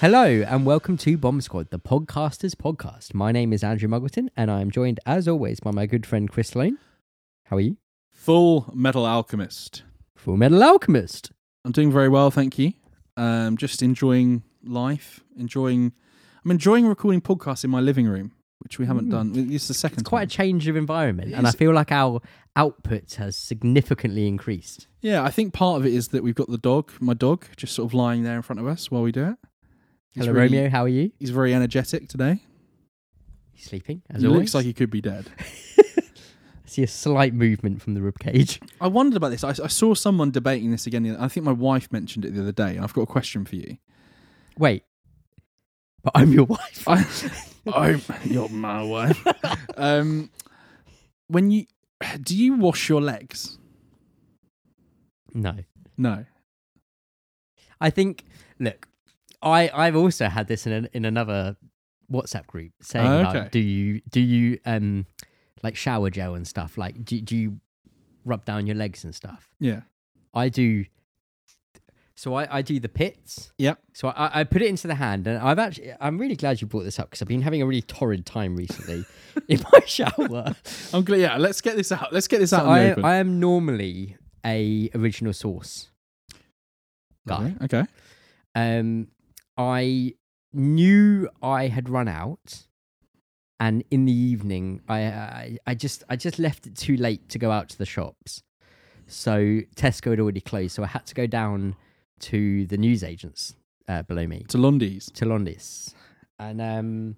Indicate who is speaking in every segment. Speaker 1: Hello and welcome to Bomb Squad, the podcasters podcast. My name is Andrew Muggleton and I am joined as always by my good friend Chris Lane. How are you?
Speaker 2: Full Metal Alchemist.
Speaker 1: Full Metal Alchemist.
Speaker 2: I'm doing very well, thank you. Um, just enjoying life, enjoying. I'm enjoying recording podcasts in my living room, which we haven't done. It's the second.
Speaker 1: Hmm. It's quite a
Speaker 2: time.
Speaker 1: change of environment
Speaker 2: It
Speaker 1: and I
Speaker 2: is.
Speaker 1: feel like our output has significantly increased.
Speaker 2: yeah, I think part of it is that we've got the dog, my dog, just sort of lying there in front of us while we do it. He's
Speaker 1: Hello,
Speaker 2: really-
Speaker 1: Romeo. How are you?
Speaker 2: He's very energetic today.
Speaker 1: You sleeping? As
Speaker 2: he
Speaker 1: always.
Speaker 2: looks like he could be dead.
Speaker 1: I see a slight movement from the ribcage.
Speaker 2: I wondered about this. I, I saw someone debating this again. the other- I think my wife mentioned it the other day. and I've got a question for you.
Speaker 1: Wait. But I'm your wife.
Speaker 2: I, I'm you're my wife. Um, when you do you wash your legs?
Speaker 1: No.
Speaker 2: No.
Speaker 1: I think. Look, I I've also had this in an, in another WhatsApp group saying
Speaker 2: Oh, okay.
Speaker 1: like, do you do you um like shower gel and stuff? Like, do do you rub down your legs and stuff?
Speaker 2: Yeah.
Speaker 1: I do. So I, I do the pits.
Speaker 2: Yep.
Speaker 1: So I, I put it into the hand, and I've actually I'm really glad you brought this up because I've been having a really torrid time recently in my shower.
Speaker 2: I'm glad. Yeah. Let's get this out. Let's get this out in the
Speaker 1: I
Speaker 2: open.
Speaker 1: I am normally a original source guy.
Speaker 2: Okay, Okay.
Speaker 1: um, I knew I had run out, and in the evening, I, I I just I just left it too late to go out to the shops, so Tesco had already closed, so I had to go down to the newsagents uh, below me
Speaker 2: To Lundy's.
Speaker 1: to Londis, and um,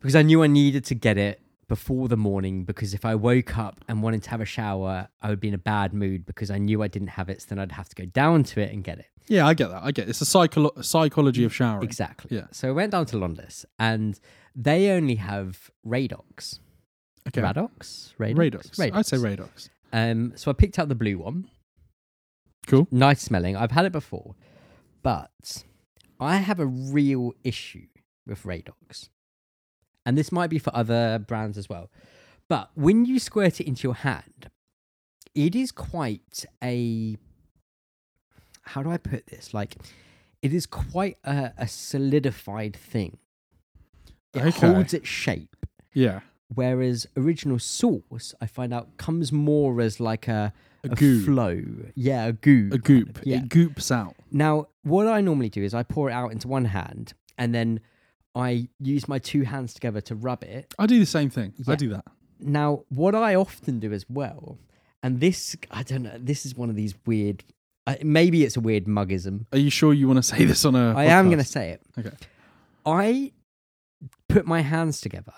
Speaker 1: because I knew I needed to get it before the morning because if I woke up and wanted to have a shower I would be in a bad mood because I knew I didn't have it so then I'd have to go down to it and get it
Speaker 2: Yeah, I get that. I get it. it's a psycholo- psychology of showering.
Speaker 1: Exactly.
Speaker 2: Yeah.
Speaker 1: So I went down to Londis and they only have Radox.
Speaker 2: Okay.
Speaker 1: Radox? Radox.
Speaker 2: Radox. I'd say Radox.
Speaker 1: Um, so I picked out the blue one.
Speaker 2: Cool.
Speaker 1: Nice smelling. I've had it before. But I have a real issue with Radox. And this might be for other brands as well. But when you squirt it into your hand, it is quite a. How do I put this? Like, it is quite a, a solidified thing. It
Speaker 2: Okay.
Speaker 1: holds its shape
Speaker 2: Yeah.
Speaker 1: whereas original source i find out comes more as like a,
Speaker 2: A goo.
Speaker 1: flow yeah a goo
Speaker 2: A goop.
Speaker 1: yeah.
Speaker 2: It goops out.
Speaker 1: now what i normally do is i pour it out into one hand and then i use my two hands together to rub it
Speaker 2: I do the same thing.
Speaker 1: Yeah.
Speaker 2: I do that.
Speaker 1: now what i often do as well and this i don't know this is one of these weird I maybe it's a weird muggism
Speaker 2: Are you sure you want to say this on a?
Speaker 1: I am
Speaker 2: podcast?
Speaker 1: going to say it.
Speaker 2: Okay.
Speaker 1: I put my hands together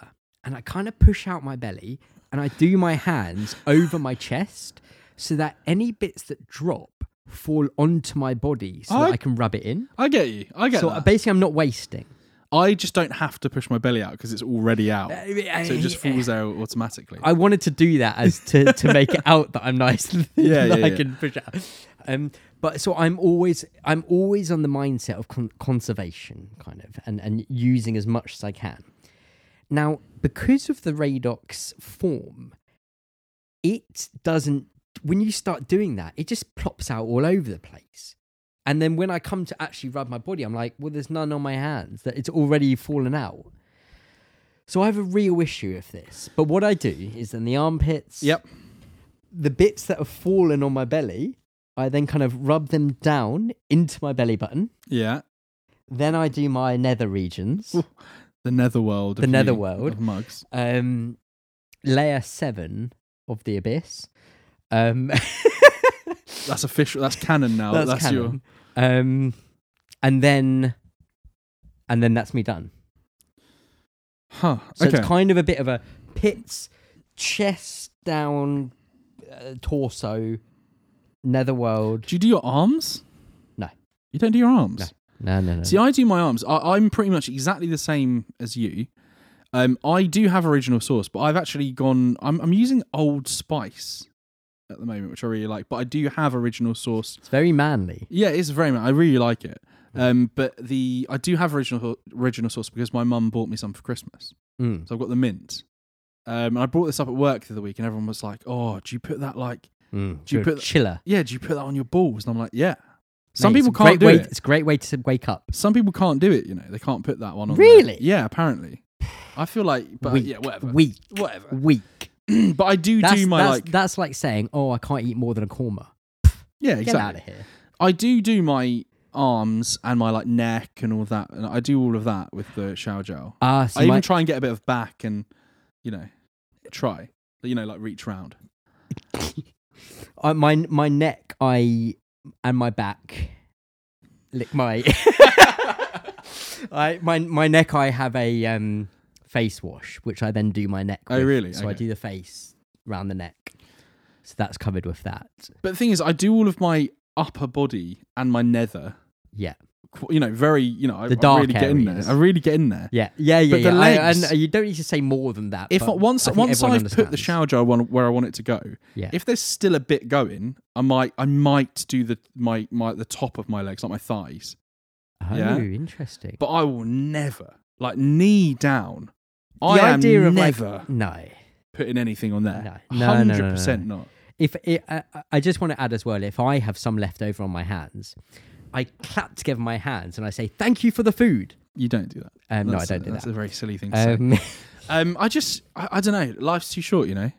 Speaker 1: and I kind of push out my belly and I do my hands over my chest so that any bits that drop fall onto my body so that
Speaker 2: I-
Speaker 1: I can rub it in.
Speaker 2: I get you. I get
Speaker 1: So
Speaker 2: that.
Speaker 1: basically, I'm not wasting.
Speaker 2: I just don't have to push my belly out because it's already out.
Speaker 1: Uh,
Speaker 2: So it just
Speaker 1: yeah.
Speaker 2: falls out automatically.
Speaker 1: I wanted to do that as to, to make it out that I'm nice. and
Speaker 2: Yeah,
Speaker 1: that
Speaker 2: yeah,
Speaker 1: I
Speaker 2: yeah.
Speaker 1: can push out. Um, but so I'm always I'm always on the mindset of con- conservation, kind of, and and using as much as I can. Now, because of the Radox form, it doesn't. When you start doing that, it just plops out all over the place. And then when I come to actually rub my body, I'm like, well, there's none on my hands. That it's already fallen out. So I have a real issue with this. But what I do is in the armpits,
Speaker 2: Yep.
Speaker 1: the bits that have fallen on my belly, I then kind of rub them down into my belly button.
Speaker 2: Yeah.
Speaker 1: Then I do my nether regions.
Speaker 2: Ooh. The netherworld.
Speaker 1: The
Speaker 2: of you-
Speaker 1: netherworld.
Speaker 2: of mugs.
Speaker 1: um, layer seven of the abyss. Um,
Speaker 2: That's official. That's canon now. That's, your.
Speaker 1: canon. Um, and then, and then that's me done.
Speaker 2: Huh.
Speaker 1: So
Speaker 2: okay.
Speaker 1: it's kind of a bit of a pits, chest down, uh, torso, netherworld.
Speaker 2: do you do your arms?
Speaker 1: No.
Speaker 2: You don't do your arms.
Speaker 1: No. No, no, no.
Speaker 2: See, I do my arms. I, I'm pretty much exactly the same as you. Um, I do have original source, but I've actually gone. I'm, I'm using Old Spice at the moment, which I really like. But I do have original source
Speaker 1: it's very manly.
Speaker 2: Yeah, it's very much. I really like it. Um, but the I do have original original sauce because my mum bought me some for Christmas,
Speaker 1: Mm.
Speaker 2: so I've got the mint. Um, and I brought this up at work the other week, and everyone was like, "Oh, do you put that like?
Speaker 1: Mm.
Speaker 2: Do you
Speaker 1: Good
Speaker 2: put-
Speaker 1: chiller?
Speaker 2: Yeah, do you put that on your balls?" And I'm like, "Yeah." Some
Speaker 1: Mate,
Speaker 2: people
Speaker 1: it's a great
Speaker 2: can't do
Speaker 1: way,
Speaker 2: it.
Speaker 1: It's a great way to wake up.
Speaker 2: Some people can't do it. You know, they can't put that one on. there.
Speaker 1: Really?
Speaker 2: Yeah, apparently. I feel like, but
Speaker 1: weak,
Speaker 2: yeah, whatever.
Speaker 1: weak,
Speaker 2: Whatever.
Speaker 1: weak.
Speaker 2: but I do
Speaker 1: That's,
Speaker 2: do my
Speaker 1: that's,
Speaker 2: like.
Speaker 1: that's like saying, oh, I can't eat more than a korma.
Speaker 2: yeah,
Speaker 1: Get
Speaker 2: exactly.
Speaker 1: out of here.
Speaker 2: I do do my arms and my like neck and all that, and I do all of that with the shower gel.
Speaker 1: Ah, so
Speaker 2: I
Speaker 1: you
Speaker 2: even
Speaker 1: might-
Speaker 2: try and get a bit of back and, you know, try, you know, like reach round.
Speaker 1: I, my my neck, I and my back, lick my. I my my neck. I have a um face wash, which I then do my neck.
Speaker 2: Oh,
Speaker 1: with.
Speaker 2: really?
Speaker 1: So I
Speaker 2: Okay.
Speaker 1: do the face round the neck. So that's covered with that.
Speaker 2: But the thing is, I do all of my upper body and my nether.
Speaker 1: Yeah.
Speaker 2: qu- You know, very, you know, I,
Speaker 1: The
Speaker 2: I
Speaker 1: dark
Speaker 2: really get in there.
Speaker 1: areas.
Speaker 2: I really get in there.
Speaker 1: Yeah, yeah, yeah.
Speaker 2: But the
Speaker 1: yeah. I- I
Speaker 2: legs-
Speaker 1: kn- you don't need to say more than that.
Speaker 2: If I,
Speaker 1: but
Speaker 2: once
Speaker 1: I think
Speaker 2: once I've
Speaker 1: everyone
Speaker 2: put the
Speaker 1: understands.
Speaker 2: shower gel one where I want it to go,
Speaker 1: Yeah.
Speaker 2: if there's still a bit going, I might I might do the my my the top of my legs, like my thighs.
Speaker 1: Oh,
Speaker 2: yeah.
Speaker 1: interesting.
Speaker 2: But I will never like knee down. I
Speaker 1: the idea
Speaker 2: am
Speaker 1: of like-
Speaker 2: never
Speaker 1: no,
Speaker 2: putting anything on there.
Speaker 1: No. No, no, no, no, no.
Speaker 2: percent not.
Speaker 1: if it, I, I- I just want to add as well, if I have some left over on my hands, I clap together my hands and I say thank you for the food.
Speaker 2: You don't do that.
Speaker 1: Um, no, I
Speaker 2: That's a-
Speaker 1: don't do
Speaker 2: That's
Speaker 1: that.
Speaker 2: a very silly thing to say.
Speaker 1: Um,
Speaker 2: Um, I just, I, I don't know. Life's too short, you know.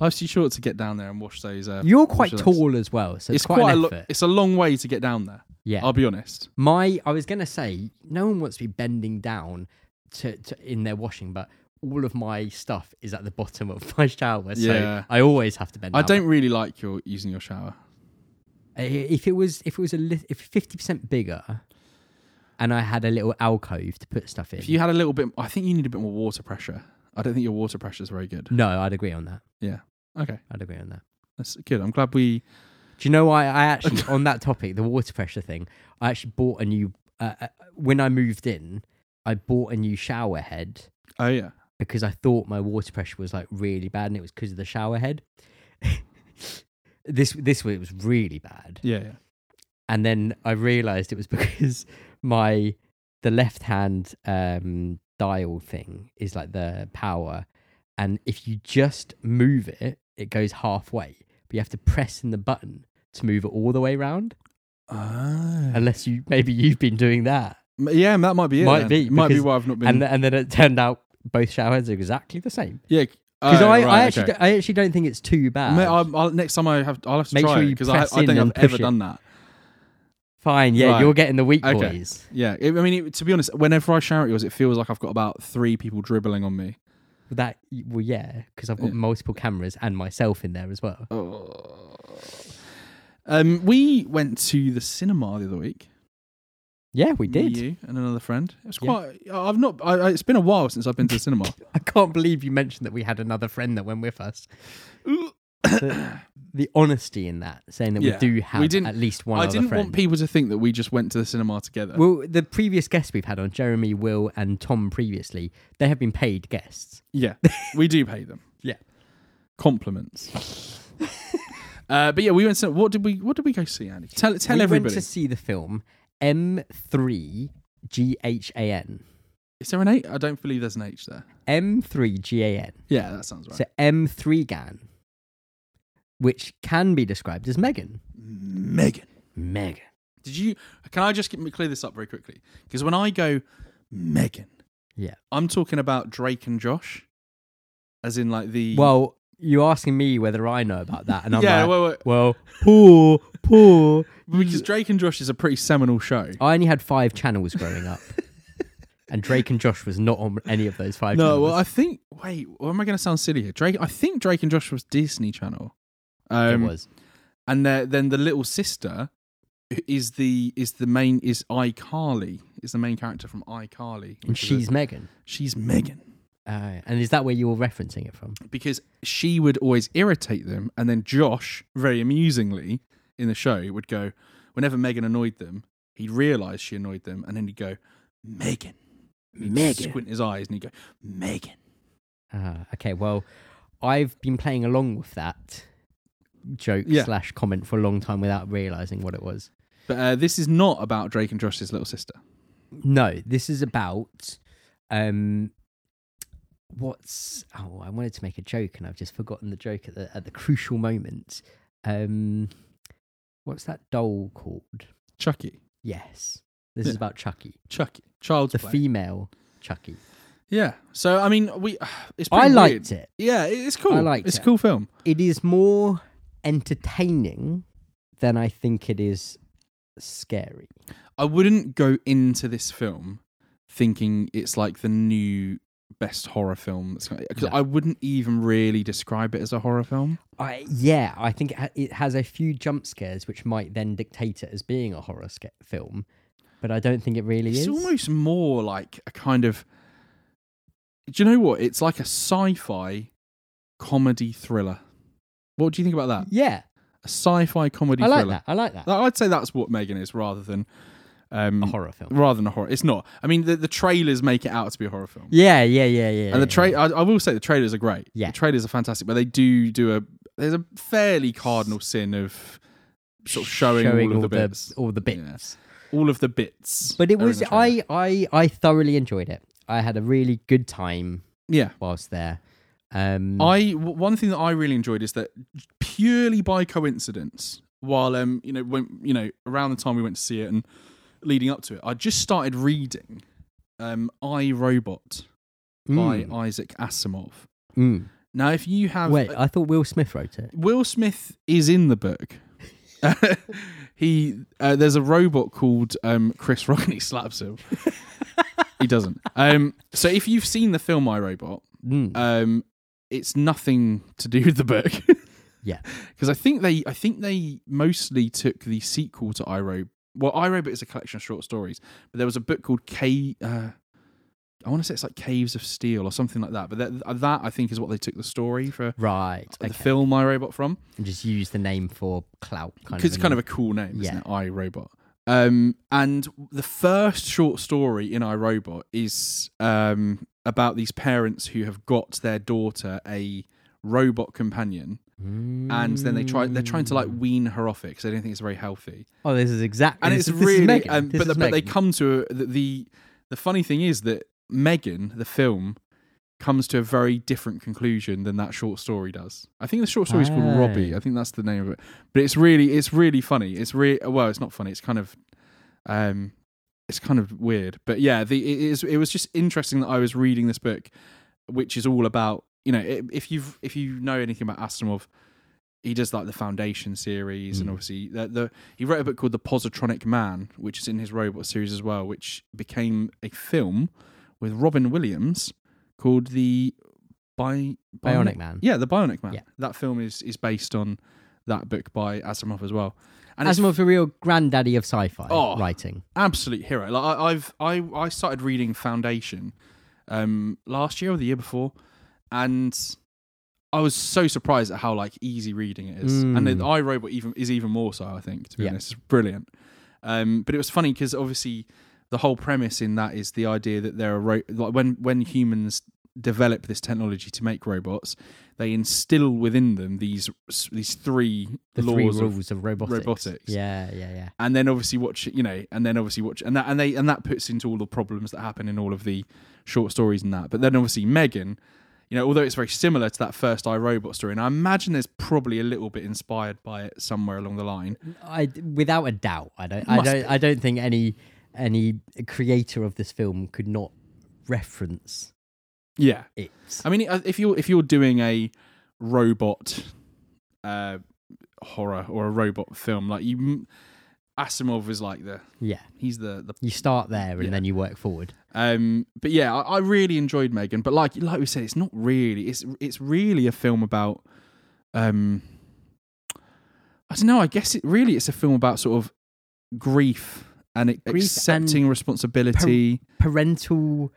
Speaker 2: Life's too short to get down there and wash those. Uh,
Speaker 1: you're
Speaker 2: wash
Speaker 1: quite
Speaker 2: those.
Speaker 1: tall as well, so it's, quite,
Speaker 2: a
Speaker 1: an
Speaker 2: lo-
Speaker 1: effort.
Speaker 2: It's a long way to get down there.
Speaker 1: yeah,
Speaker 2: I'll be honest.
Speaker 1: my I was gonna say no one wants to be bending down to, to in their washing, but all of my stuff is at the bottom of my shower, so
Speaker 2: Yeah.
Speaker 1: I always have to bend.
Speaker 2: I
Speaker 1: down.
Speaker 2: don't really like your using your shower.
Speaker 1: I- If it was if it was a lit if fifty percent bigger, and I had a little alcove to put stuff in.
Speaker 2: If you had a little bit, I think you need a bit more water pressure. I don't think your water pressure is very good.
Speaker 1: no, I'd agree on that.
Speaker 2: Okay,
Speaker 1: I'd agree on that.
Speaker 2: that's good. I'm glad we.
Speaker 1: Do you know why I actually on that topic, the water pressure thing? I actually bought a new uh, uh, when I moved in. I bought a new shower head
Speaker 2: Oh yeah,
Speaker 1: because I thought my water pressure was like really bad, and it was because of the shower head. this this way it was really bad,
Speaker 2: yeah, yeah.
Speaker 1: and then I realised it was because my the left hand um, dial thing is like the power, and if you just move it, it goes halfway, but you have to press in the button to move it all the way round.
Speaker 2: Ah.
Speaker 1: unless you maybe you've been doing that
Speaker 2: Yeah, that might be it.
Speaker 1: Might
Speaker 2: then.
Speaker 1: be,
Speaker 2: It might be
Speaker 1: because-
Speaker 2: why I've not been.
Speaker 1: and th- and then it turned out both shower heads are exactly the same
Speaker 2: yeah,
Speaker 1: because
Speaker 2: oh,
Speaker 1: I,
Speaker 2: right,
Speaker 1: I
Speaker 2: okay.
Speaker 1: actually don't- I actually don't think it's too bad
Speaker 2: Mate, I'll, I'll, next time I have, I'll have to
Speaker 1: Make
Speaker 2: try
Speaker 1: sure
Speaker 2: it
Speaker 1: you
Speaker 2: because I,
Speaker 1: press
Speaker 2: I
Speaker 1: in
Speaker 2: don't
Speaker 1: and
Speaker 2: think I've ever
Speaker 1: push it.
Speaker 2: done that.
Speaker 1: fine yeah
Speaker 2: Right.
Speaker 1: you're getting the weak
Speaker 2: Okay.
Speaker 1: boys
Speaker 2: Yeah, it, I mean, it, to be honest, whenever I shower at yours, it feels like I've got about three people dribbling on me.
Speaker 1: that well yeah because I've got
Speaker 2: Yeah.
Speaker 1: multiple cameras and myself in there as well Oh.
Speaker 2: Um, we went to the cinema the other week.
Speaker 1: yeah we
Speaker 2: Me,
Speaker 1: did
Speaker 2: you and another friend. It was
Speaker 1: Yeah.
Speaker 2: quite. I've not. I, I- it's been a while since I've been to the cinema.
Speaker 1: I can't believe you mentioned that we had another friend that went with us the, the honesty in that saying that
Speaker 2: Yeah.
Speaker 1: we do have
Speaker 2: We didn't-
Speaker 1: at least one
Speaker 2: I
Speaker 1: other
Speaker 2: didn't
Speaker 1: friend
Speaker 2: want people to think that we just went to the cinema together.
Speaker 1: well, the previous guests we've had on Jeremy, Will, and Tom previously, they have been paid guests.
Speaker 2: yeah, we do pay them.
Speaker 1: Yeah.
Speaker 2: compliments. uh, but yeah, we went. To, what did we? What did we go see, Andy? Tell tell
Speaker 1: we went
Speaker 2: everybody.
Speaker 1: to see the film M3GHAN.
Speaker 2: Is there an eight? I don't believe there's an H there.
Speaker 1: M3GAN.
Speaker 2: Yeah, that sounds right.
Speaker 1: So M3GAN, which can be described as Megan.
Speaker 2: Megan.
Speaker 1: Megan.
Speaker 2: Did you? Can I just get, clear this up very quickly? Because when I go Megan,
Speaker 1: Yeah.
Speaker 2: I'm talking about Drake and Josh, as in like the
Speaker 1: Well, you're asking me whether I know about that. And I'm
Speaker 2: yeah,
Speaker 1: like,
Speaker 2: well, well,
Speaker 1: well, poor, poor.
Speaker 2: because Drake and Josh is a pretty seminal show.
Speaker 1: I only had five channels growing up. and Drake and Josh was not on any of those five
Speaker 2: No,
Speaker 1: channels.
Speaker 2: well, I think. Wait, or am I going to sound silly here? Drake, I think Drake and Josh was Disney Channel. Um,
Speaker 1: it was.
Speaker 2: and the- then the little sister is the is the main is iCarly is the main character from iCarly,
Speaker 1: And
Speaker 2: which is a-
Speaker 1: she's Megan.
Speaker 2: she's Megan.
Speaker 1: Uh, and is that where you're referencing it from?
Speaker 2: because she would always irritate them. And then Josh, very amusingly in the show, would go, whenever Megan annoyed them, he'd realise she annoyed them. And then he'd go, Megan. He'd Squint his eyes and he'd go, Megan.
Speaker 1: Ah, okay. Well, I've been playing along with that joke
Speaker 2: Yeah.
Speaker 1: slash comment for a long time without realizing what it was.
Speaker 2: But uh, this is not about Drake and Josh's little sister.
Speaker 1: No, this is about um, what's. Oh, I wanted to make a joke and I've just forgotten the joke at the at the crucial moment. Um, what's that doll called?
Speaker 2: Chucky.
Speaker 1: Yes. This is
Speaker 2: Yeah.
Speaker 1: about Chucky,
Speaker 2: Chucky. Child's
Speaker 1: the
Speaker 2: Play.
Speaker 1: female Chucky.
Speaker 2: yeah. So I mean, we. It's
Speaker 1: I
Speaker 2: pretty
Speaker 1: liked
Speaker 2: weird.
Speaker 1: it.
Speaker 2: Yeah, it- it's cool.
Speaker 1: I liked
Speaker 2: It's a
Speaker 1: it.
Speaker 2: cool film.
Speaker 1: It is more entertaining than I think it is scary.
Speaker 2: I wouldn't go into this film thinking it's like the new best horror film that's because
Speaker 1: No.
Speaker 2: I wouldn't even really describe it as a horror film.
Speaker 1: I yeah, I think it, ha- it has a few jump scares which might then dictate it as being a horror sca- film, but I don't think it really
Speaker 2: It's
Speaker 1: is.
Speaker 2: almost more like a kind of. Do you know what? It's like a sci-fi comedy thriller. What do you think about that?
Speaker 1: yeah,
Speaker 2: A sci-fi comedy
Speaker 1: I like
Speaker 2: thriller.
Speaker 1: that. I like that.
Speaker 2: Like, I'd say that's what Megan is rather than um,
Speaker 1: a horror film.
Speaker 2: rather than a horror. It's not. I mean, the, the trailers make it out to be a horror film.
Speaker 1: Yeah, yeah, yeah, yeah.
Speaker 2: And the
Speaker 1: yeah.
Speaker 2: tra- I, I will say the trailers are great.
Speaker 1: Yeah.
Speaker 2: the trailers are fantastic, but they do do a. There's a fairly cardinal sin of sort of showing, all, of the bits,
Speaker 1: all the bits.
Speaker 2: Yeah. all of the bits.
Speaker 1: But it
Speaker 2: are in
Speaker 1: was
Speaker 2: the trailer.
Speaker 1: I, I I thoroughly enjoyed it. I had a really good time
Speaker 2: yeah.
Speaker 1: whilst there. Um,
Speaker 2: I w- one thing that I really enjoyed is that purely by coincidence, while um you know when you know around the time we went to see it and leading up to it, I just started reading um I Robot by
Speaker 1: Mm,
Speaker 2: Isaac Asimov.
Speaker 1: mm.
Speaker 2: Now, if you have
Speaker 1: Wait, I thought Will Smith wrote it.
Speaker 2: Will Smith is in the book. he uh, there's a robot called um, Chris Rock and he slaps him. he doesn't. Um, so if you've seen the film I Robot,
Speaker 1: Mm.
Speaker 2: um, it's nothing to do with the book.
Speaker 1: Yeah.
Speaker 2: because I think they I think they mostly took the sequel to I Robot. Well, I Robot is a collection of short stories, but there was a book called K. Uh, I want to say it's like Caves of Steel or something like that. But that, that I think is what they took the story for
Speaker 1: right.
Speaker 2: the
Speaker 1: Okay.
Speaker 2: film I Robot from.
Speaker 1: And just use the name for clout. Kind of.
Speaker 2: because it's kind of a cool name, isn't
Speaker 1: Yeah.
Speaker 2: it? I Robot. Um, and the first short story in I Robot is um, about these parents who have got their daughter a robot companion,
Speaker 1: an,
Speaker 2: and then they try they're trying to like
Speaker 1: Hmm.
Speaker 2: wean her off it because they don't think it's very healthy.
Speaker 1: Oh, this is exactly.
Speaker 2: And
Speaker 1: this
Speaker 2: it's
Speaker 1: is- this is
Speaker 2: really,
Speaker 1: Megan.
Speaker 2: um,
Speaker 1: This is
Speaker 2: but, the, but they
Speaker 1: Megan.
Speaker 2: come to a, the, the the funny thing is that Megan, the film, comes to a very different conclusion than that short story does. I think the short story is called
Speaker 1: Oh.
Speaker 2: Robbie. I think that's the name of it. But it's really, it's really funny. It's really well, it's not funny. It's kind of, um, it's kind of weird. But yeah, the it is. It was just interesting that I was reading this book, which is all about you know i- if you've if you know anything about Asimov. He does like the Foundation series, and
Speaker 1: Mm.
Speaker 2: obviously the, the he wrote a book called The Positronic Man, which is in his Robot series as well, which became a film with Robin Williams called the Bi-
Speaker 1: Bionic Man.
Speaker 2: Yeah, the Bionic Man.
Speaker 1: Yeah.
Speaker 2: That film is is based on that book by Asimov as well. And it's
Speaker 1: Asimov's a real granddaddy of sci-fi
Speaker 2: Oh.
Speaker 1: writing.
Speaker 2: absolute hero. Like I, I've I I started reading Foundation um last year or the year before, and I was so surprised at how like easy reading it is,
Speaker 1: Mm.
Speaker 2: and then iRobot even is even more so. I think to be
Speaker 1: Yeah.
Speaker 2: honest, it's brilliant. Um, but it was funny because obviously the whole premise in that is the idea that there are ro- like when when humans develop this technology to make robots, they instill within them these these three
Speaker 1: The
Speaker 2: laws
Speaker 1: three
Speaker 2: of
Speaker 1: rules of robotics.
Speaker 2: robotics.
Speaker 1: Yeah, yeah, yeah.
Speaker 2: and then obviously watch you know and then obviously watch and that and they and that puts into all the problems that happen in all of the short stories and that but then obviously megan you know although it's very similar to that first irobot story and i imagine there's probably a little bit inspired by it somewhere along the line
Speaker 1: I without a doubt, I don't, I
Speaker 2: Must
Speaker 1: don't, I don't think any any creator of this film could not reference
Speaker 2: yeah
Speaker 1: it.
Speaker 2: i mean uh, if you're if you're doing a robot uh horror or a robot film like you m- asimov is like the
Speaker 1: Yeah,
Speaker 2: he's the the
Speaker 1: you start there and
Speaker 2: Yeah.
Speaker 1: then you work forward.
Speaker 2: Um, but yeah, I, I really enjoyed Megan. But like like we said, it's not really. It's it's really a film about. Um, I don't know. I guess it really it's a film about sort of grief and it,
Speaker 1: Grief
Speaker 2: accepting responsibility.
Speaker 1: Parental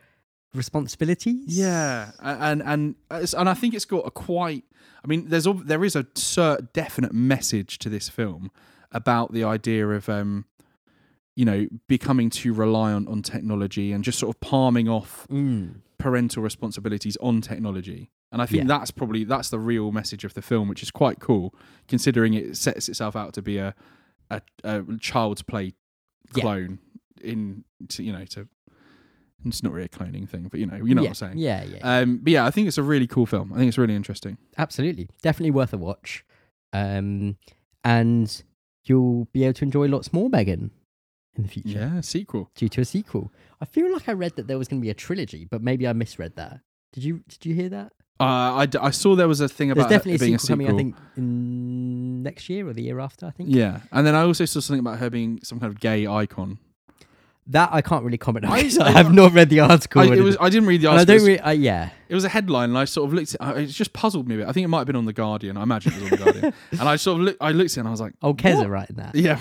Speaker 1: responsibilities.
Speaker 2: yeah, a- and and it's- and I think it's got a quite. I mean, there's al- there is a cer definite message to this film about the idea of um, you know, becoming too reliant on technology and just sort of palming off
Speaker 1: Mm.
Speaker 2: parental responsibilities on technology. And I think
Speaker 1: Yeah.
Speaker 2: that's probably that's the real message of the film, which is quite cool, considering it sets itself out to be a a, a child's play
Speaker 1: Yeah.
Speaker 2: clone in to, you know to it's not really a cloning thing, but you know you know
Speaker 1: yeah.
Speaker 2: what I'm saying.
Speaker 1: Yeah, yeah,
Speaker 2: Um, but yeah, I think it's a really cool film. I think it's really interesting.
Speaker 1: absolutely, definitely worth a watch. Um, and you'll be able to enjoy lots more, Megan. in the future
Speaker 2: Yeah, sequel.
Speaker 1: due to a sequel. I feel like I read that there was going to be a trilogy, but maybe I misread that. Did you Did you hear that?
Speaker 2: Uh, I, d- I saw there was a thing
Speaker 1: There's
Speaker 2: about
Speaker 1: definitely
Speaker 2: it
Speaker 1: a
Speaker 2: being
Speaker 1: sequel, coming.
Speaker 2: a sequel.
Speaker 1: I think in next year or the year after. I think
Speaker 2: Yeah, and then I also saw something about her being some kind of gay icon.
Speaker 1: that I can't really comment on.
Speaker 2: I-
Speaker 1: 'cause I, have not read the article.
Speaker 2: I,
Speaker 1: or
Speaker 2: it was,
Speaker 1: anything.
Speaker 2: I didn't read the
Speaker 1: And I
Speaker 2: article.
Speaker 1: don't really. Uh, yeah,
Speaker 2: It was a headline, and I sort of looked. At, uh, it just puzzled me a bit. I think it might have been on the Guardian. I imagine it was on the Guardian. and I sort of look, I looked at it and I was like,
Speaker 1: old Keza
Speaker 2: What?
Speaker 1: writing that.
Speaker 2: yeah,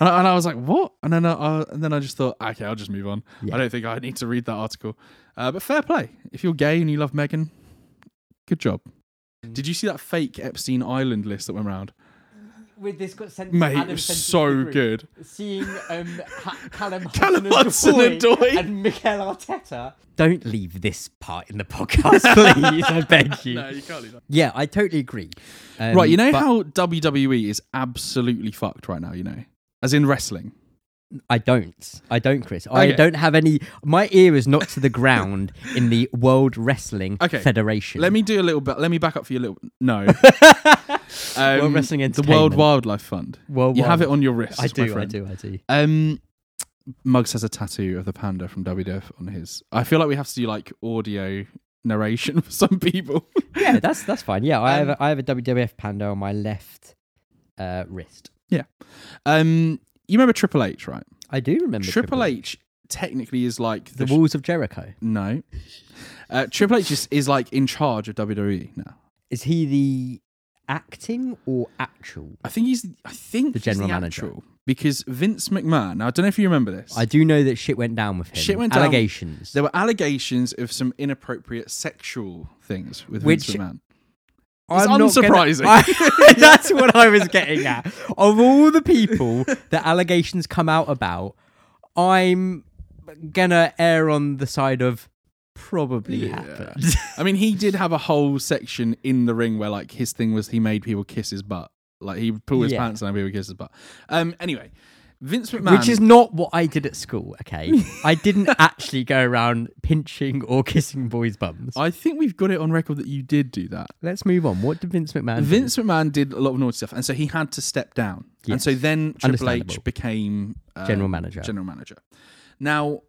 Speaker 2: and I, and I was like, what? And then I, I and then I just thought, okay, I'll just move on.
Speaker 1: Yeah.
Speaker 2: I don't think I need to read that article. Uh, but fair play. If you're gay and you love Megan, good job. Did you see that fake Epstein Island list that went round?
Speaker 1: With this got sent,
Speaker 2: Mate, it was so good.
Speaker 1: Seeing um, Callum
Speaker 2: Callum Hudson and Hudson and Odoi Odoi.
Speaker 1: and Mikel Arteta. Don't leave this part in the podcast, please. I beg you.
Speaker 2: you can't do that.
Speaker 1: Yeah, I totally agree. Um,
Speaker 2: Right, you know
Speaker 1: but
Speaker 2: how WWE is absolutely fucked right now, you know? As in wrestling.
Speaker 1: I don't. I don't, Chris. I
Speaker 2: Okay.
Speaker 1: don't have any. My ear is not to the ground in the World Wrestling
Speaker 2: Okay.
Speaker 1: Federation.
Speaker 2: Let me do a little bit. Let me back up for you a little. No. Um,
Speaker 1: World Wrestling
Speaker 2: The World
Speaker 1: Entertainment.
Speaker 2: Wildlife Fund.
Speaker 1: World
Speaker 2: you have it
Speaker 1: Wild-
Speaker 2: on your wrist.
Speaker 1: I
Speaker 2: my
Speaker 1: do. I
Speaker 2: friend.
Speaker 1: do. I do.
Speaker 2: Um, Muggs has a tattoo of the panda from WWF on his. I feel like we have to do like audio narration for some people.
Speaker 1: Yeah, that's that's fine. Yeah, I have
Speaker 2: Um,
Speaker 1: a, I have a WWF panda on my left uh, wrist.
Speaker 2: Um, you remember Triple H, right?
Speaker 1: I do remember
Speaker 2: Triple H technically is like
Speaker 1: the
Speaker 2: the,
Speaker 1: walls of Jericho.
Speaker 2: no. Uh, Triple H is, is like in charge of WWE now.
Speaker 1: Is he the acting or actual?
Speaker 2: I think he's. I think
Speaker 1: The
Speaker 2: he's
Speaker 1: general manager.
Speaker 2: actual- because Vince McMahon. Now I don't know if you remember this.
Speaker 1: I do know that shit went down with him.
Speaker 2: Shit went down-
Speaker 1: allegations.
Speaker 2: there were allegations of some inappropriate sexual things with
Speaker 1: Which-
Speaker 2: Vince McMahon.
Speaker 1: I'm
Speaker 2: It's
Speaker 1: not gonna-
Speaker 2: unsurprising.
Speaker 1: I- that's what I was getting at. Of all the people that allegations come out about, I'm gonna err on the side of probably
Speaker 2: Yeah.
Speaker 1: happened.
Speaker 2: I mean, he did have a whole section in the ring where like his thing was he made people kiss his butt. Like he would pull his
Speaker 1: Yeah.
Speaker 2: pants down and people kiss his butt. Um. Anyway, Vince McMahon.
Speaker 1: Which is not what I did at school, okay? I didn't actually go around pinching or kissing boys' bums.
Speaker 2: I think we've got it on record that you did do that.
Speaker 1: Let's move on. What did Vince McMahon do?
Speaker 2: Vince McMahon did a lot of naughty stuff, and so he had to step down. And
Speaker 1: Yes.
Speaker 2: so then Triple H
Speaker 1: Understandable.
Speaker 2: became uh,
Speaker 1: General manager.
Speaker 2: General manager. Now,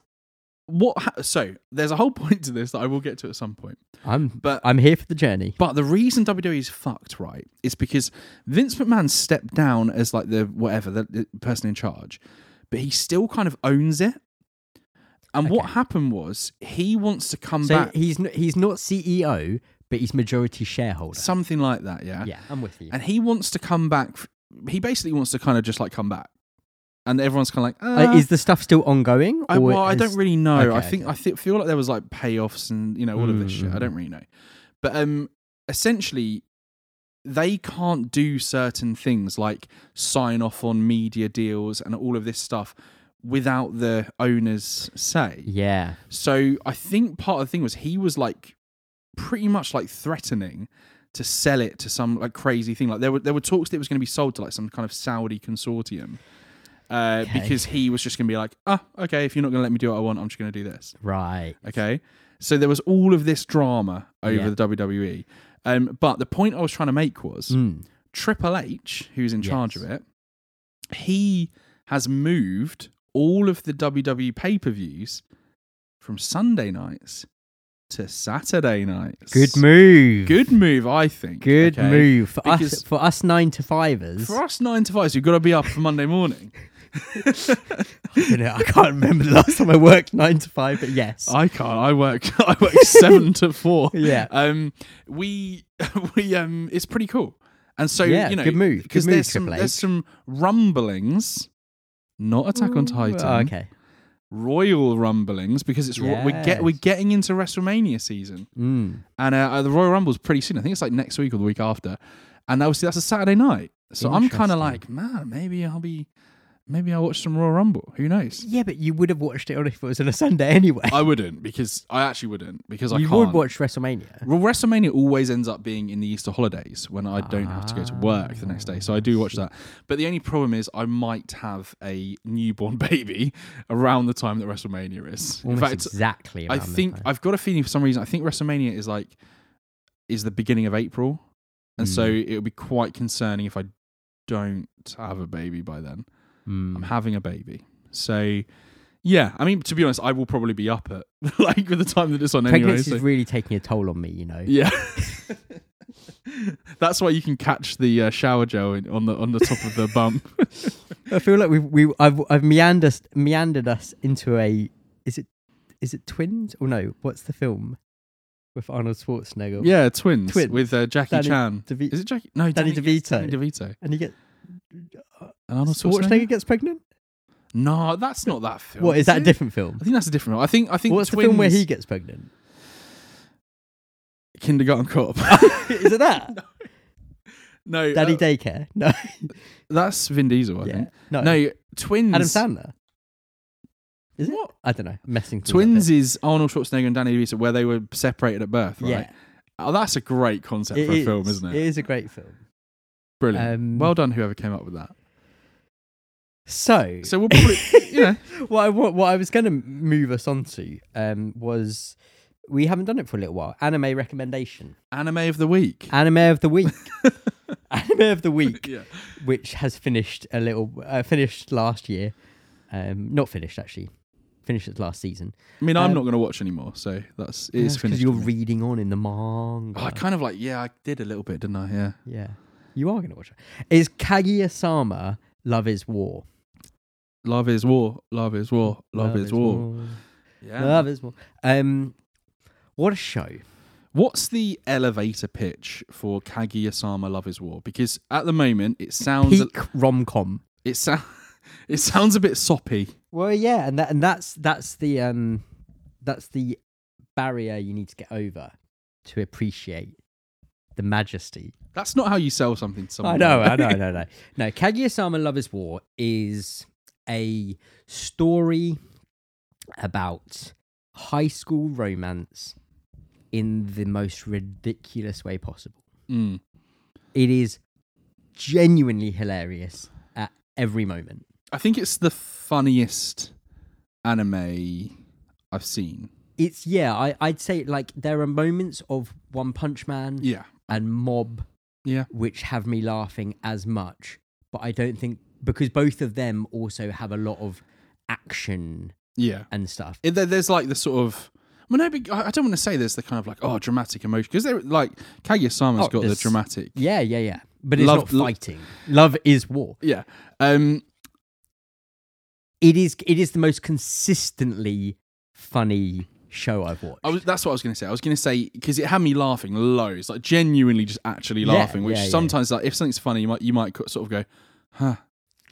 Speaker 2: what? Ha- so there's a whole point to this that I will get to at some point.
Speaker 1: I'm
Speaker 2: But-
Speaker 1: I'm here for the journey.
Speaker 2: But the reason WWE is fucked, right, is because Vince McMahon stepped down as like the whatever the, the person in charge, but he still kind of owns it. And what
Speaker 1: Okay.
Speaker 2: happened was he wants to come
Speaker 1: So
Speaker 2: back
Speaker 1: he's n- he's not CEO, but he's majority shareholder.
Speaker 2: something like that, yeah.
Speaker 1: yeah, I'm with you.
Speaker 2: And he wants to come back. f- He basically wants to kind of just like come back, and everyone's kind of like,
Speaker 1: Uh,
Speaker 2: uh,
Speaker 1: is the stuff still ongoing?
Speaker 2: I,
Speaker 1: or
Speaker 2: well, I
Speaker 1: has-
Speaker 2: don't really know. I
Speaker 1: Okay,
Speaker 2: think I th- feel like there was like payoffs and you know all of this shit. I
Speaker 1: Mm.
Speaker 2: don't really know, but um, essentially, they can't do certain things like sign off on media deals and all of this stuff without the owners' say.
Speaker 1: Yeah,
Speaker 2: So I think part of the thing was he was like pretty much like threatening to sell it to some like crazy thing. Like there were there were talks that it was going to be sold to like some kind of Saudi consortium. Uh,
Speaker 1: Okay.
Speaker 2: Because he was just going to be like, ah, okay, if you're not going to let me do what I want, I'm just going to do this.
Speaker 1: right.
Speaker 2: Okay. So there was all of this drama over
Speaker 1: Yeah.
Speaker 2: the WWE. Um, but the point I was trying to make was
Speaker 1: Mm.
Speaker 2: Triple H, who's in charge
Speaker 1: Yes.
Speaker 2: of it, he has moved all of the WWE pay per views from Sunday nights to Saturday nights.
Speaker 1: Good move.
Speaker 2: Good move, I think.
Speaker 1: Good
Speaker 2: okay?
Speaker 1: move for
Speaker 2: Because-
Speaker 1: us for us nine to fivers.
Speaker 2: For us nine to fives, you've got to be up for Monday morning.
Speaker 1: I don't know, I can't remember the last time I worked nine to five, but yes.
Speaker 2: I can't. I work. I work seven to four.
Speaker 1: Yeah.
Speaker 2: Um. We. We. Um. It's pretty cool. And so
Speaker 1: Yeah,
Speaker 2: you know,
Speaker 1: good move, good
Speaker 2: Because
Speaker 1: move,
Speaker 2: there's some
Speaker 1: Triple
Speaker 2: there's
Speaker 1: H.
Speaker 2: some rumblings, not Attack on Titan.
Speaker 1: Oh, okay.
Speaker 2: Royal rumblings because it's ro- we get we're
Speaker 1: Yes.
Speaker 2: getting into WrestleMania season,
Speaker 1: Mm.
Speaker 2: and uh, the Royal Rumble's pretty soon. I think it's like next week or the week after, and obviously that's a Saturday night. So I'm
Speaker 1: Interesting.
Speaker 2: kind of like, man, maybe I'll be, maybe I'll watch some Royal Rumble. Who knows?
Speaker 1: Yeah, but you would have watched it on if it was on a Sunday anyway.
Speaker 2: I wouldn't because I actually wouldn't because I
Speaker 1: you
Speaker 2: can't.
Speaker 1: would watch WrestleMania.
Speaker 2: Well, WrestleMania always ends up being in the Easter holidays when I don't have to go to work the next day. So I do watch that. But the only problem is I might have a newborn baby around the time that WrestleMania is.
Speaker 1: Almost
Speaker 2: in fact,
Speaker 1: exactly.
Speaker 2: I
Speaker 1: around the
Speaker 2: think
Speaker 1: time.
Speaker 2: I've got a feeling for some reason I think WrestleMania is like is the beginning of April. And so
Speaker 1: Mm.
Speaker 2: it would be quite concerning if I don't have a baby by then.
Speaker 1: Mm.
Speaker 2: I'm having a baby. So, yeah, I mean, to be honest, I will probably be up at like with the time that it's on anyway.
Speaker 1: Pregnancy
Speaker 2: So.
Speaker 1: is really taking a toll on me, you know.
Speaker 2: yeah. That's why you can catch the uh, shower gel in, on the on the top of the bump.
Speaker 1: I feel like we've we I've I've meandered us- meandered us into a is it is it twins or no? What's the film with Arnold Schwarzenegger?
Speaker 2: yeah, twins,
Speaker 1: Twins.
Speaker 2: with uh, Jackie
Speaker 1: Danny
Speaker 2: Chan.
Speaker 1: DeVi-
Speaker 2: Is it Jackie? No,
Speaker 1: Danny DeVito.
Speaker 2: Danny DeVito.
Speaker 1: and you get
Speaker 2: And Arnold Schwarzenegger.
Speaker 1: Schwarzenegger gets pregnant.
Speaker 2: No, that's not that film.
Speaker 1: What is that a
Speaker 2: it?
Speaker 1: different film?
Speaker 2: I think that's a different one. I think I think
Speaker 1: What's
Speaker 2: twins,
Speaker 1: the film where he gets pregnant?
Speaker 2: kindergarten cop.
Speaker 1: is it that?
Speaker 2: no,
Speaker 1: Daddy
Speaker 2: uh,
Speaker 1: Daycare? No,
Speaker 2: that's Vin Diesel. I
Speaker 1: yeah.
Speaker 2: think.
Speaker 1: no,
Speaker 2: No, twins.
Speaker 1: Adam Sandler. Is it?
Speaker 2: What?
Speaker 1: I don't know. I'm messing things up
Speaker 2: Twins
Speaker 1: here.
Speaker 2: is Arnold Schwarzenegger and Danny DeVito, where they were separated at birth, right?
Speaker 1: Yeah,
Speaker 2: Oh, that's a great concept
Speaker 1: it
Speaker 2: for a film,
Speaker 1: is.
Speaker 2: isn't
Speaker 1: It is a great film.
Speaker 2: Brilliant.
Speaker 1: Um,
Speaker 2: well done, whoever came up with that.
Speaker 1: So,
Speaker 2: So we'll probably, you know,
Speaker 1: what I what, what I was going to move us on to um, was we haven't done it for a little while. Anime recommendation,
Speaker 2: anime of the week.
Speaker 1: anime of the week, anime of the week,
Speaker 2: yeah.
Speaker 1: which has finished a little uh, finished last year, um, not finished actually, finished its last season.
Speaker 2: I mean, I'm
Speaker 1: Um,
Speaker 2: not going to watch anymore, so that's
Speaker 1: because
Speaker 2: it's finished.
Speaker 1: you're
Speaker 2: for me.
Speaker 1: reading on in the manga.
Speaker 2: Oh, I kind of like, yeah, I did a little bit, didn't I? Yeah.
Speaker 1: yeah, you are going to watch it. Is Kaguya-sama Love Is War?
Speaker 2: Love is war. Love is war. Love, is, war. Yeah.
Speaker 1: Love Is War. Um, what a show!
Speaker 2: What's the elevator pitch for Kaguya-sama Love is War? Because at the moment it sounds
Speaker 1: Peak rom com.
Speaker 2: it sounds it sounds a bit soppy.
Speaker 1: Well, yeah, and that and that's that's the um that's the barrier you need to get over to appreciate the majesty.
Speaker 2: That's not how you sell something to someone.
Speaker 1: I know, I know, I know, I know. No, Kaguya-sama: Love Is War is a story about high school romance in the most ridiculous way possible.
Speaker 2: Mm.
Speaker 1: It is genuinely hilarious at every moment.
Speaker 2: I think it's the funniest anime I've seen.
Speaker 1: It's yeah, I, I'd say like there are moments of One Punch Man
Speaker 2: Yeah.
Speaker 1: and Mob
Speaker 2: Yeah.
Speaker 1: which have me laughing as much, but I don't think because both of them also have a lot of action
Speaker 2: Yeah.
Speaker 1: and stuff.
Speaker 2: It, there- there's like the sort of well, no, but I I don't want to say there's the kind of like oh dramatic emotion because they're like Kaguya-sama's
Speaker 1: Oh,
Speaker 2: got the
Speaker 1: there's-
Speaker 2: dramatic
Speaker 1: Yeah, yeah, yeah. But it's
Speaker 2: Love-
Speaker 1: not fighting. Love is war.
Speaker 2: yeah um
Speaker 1: It is it is the most consistently funny show I've watched.
Speaker 2: I was, that's what I was going to say. I was going to say because it had me laughing loads, like genuinely just actually
Speaker 1: Yeah,
Speaker 2: laughing. Which
Speaker 1: yeah, yeah.
Speaker 2: sometimes, like, if something's funny, you might you might co- sort of go, huh?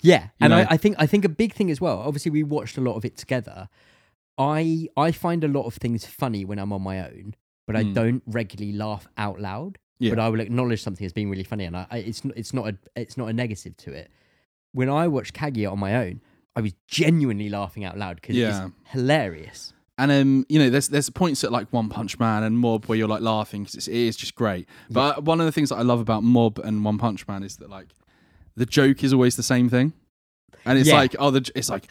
Speaker 1: Yeah, and
Speaker 2: know?
Speaker 1: I, I think I think a big thing as well. Obviously, we watched a lot of it together. I I find a lot of things funny when I'm on my own, but I
Speaker 2: Mm.
Speaker 1: don't regularly laugh out loud.
Speaker 2: Yeah.
Speaker 1: But I will acknowledge something as being really funny, and I, I it's not it's not a it's not a negative to it. When I watched Kaguya on my own, I was genuinely laughing out loud because
Speaker 2: Yeah.
Speaker 1: it's hilarious.
Speaker 2: And um, you know, there's there's points at like One Punch Man and Mob where you're like laughing because it is just great. But one of the things that I love about Mob and One Punch Man is that like the joke is always the same thing, and it's
Speaker 1: Yeah.
Speaker 2: like oh, the, j- it's like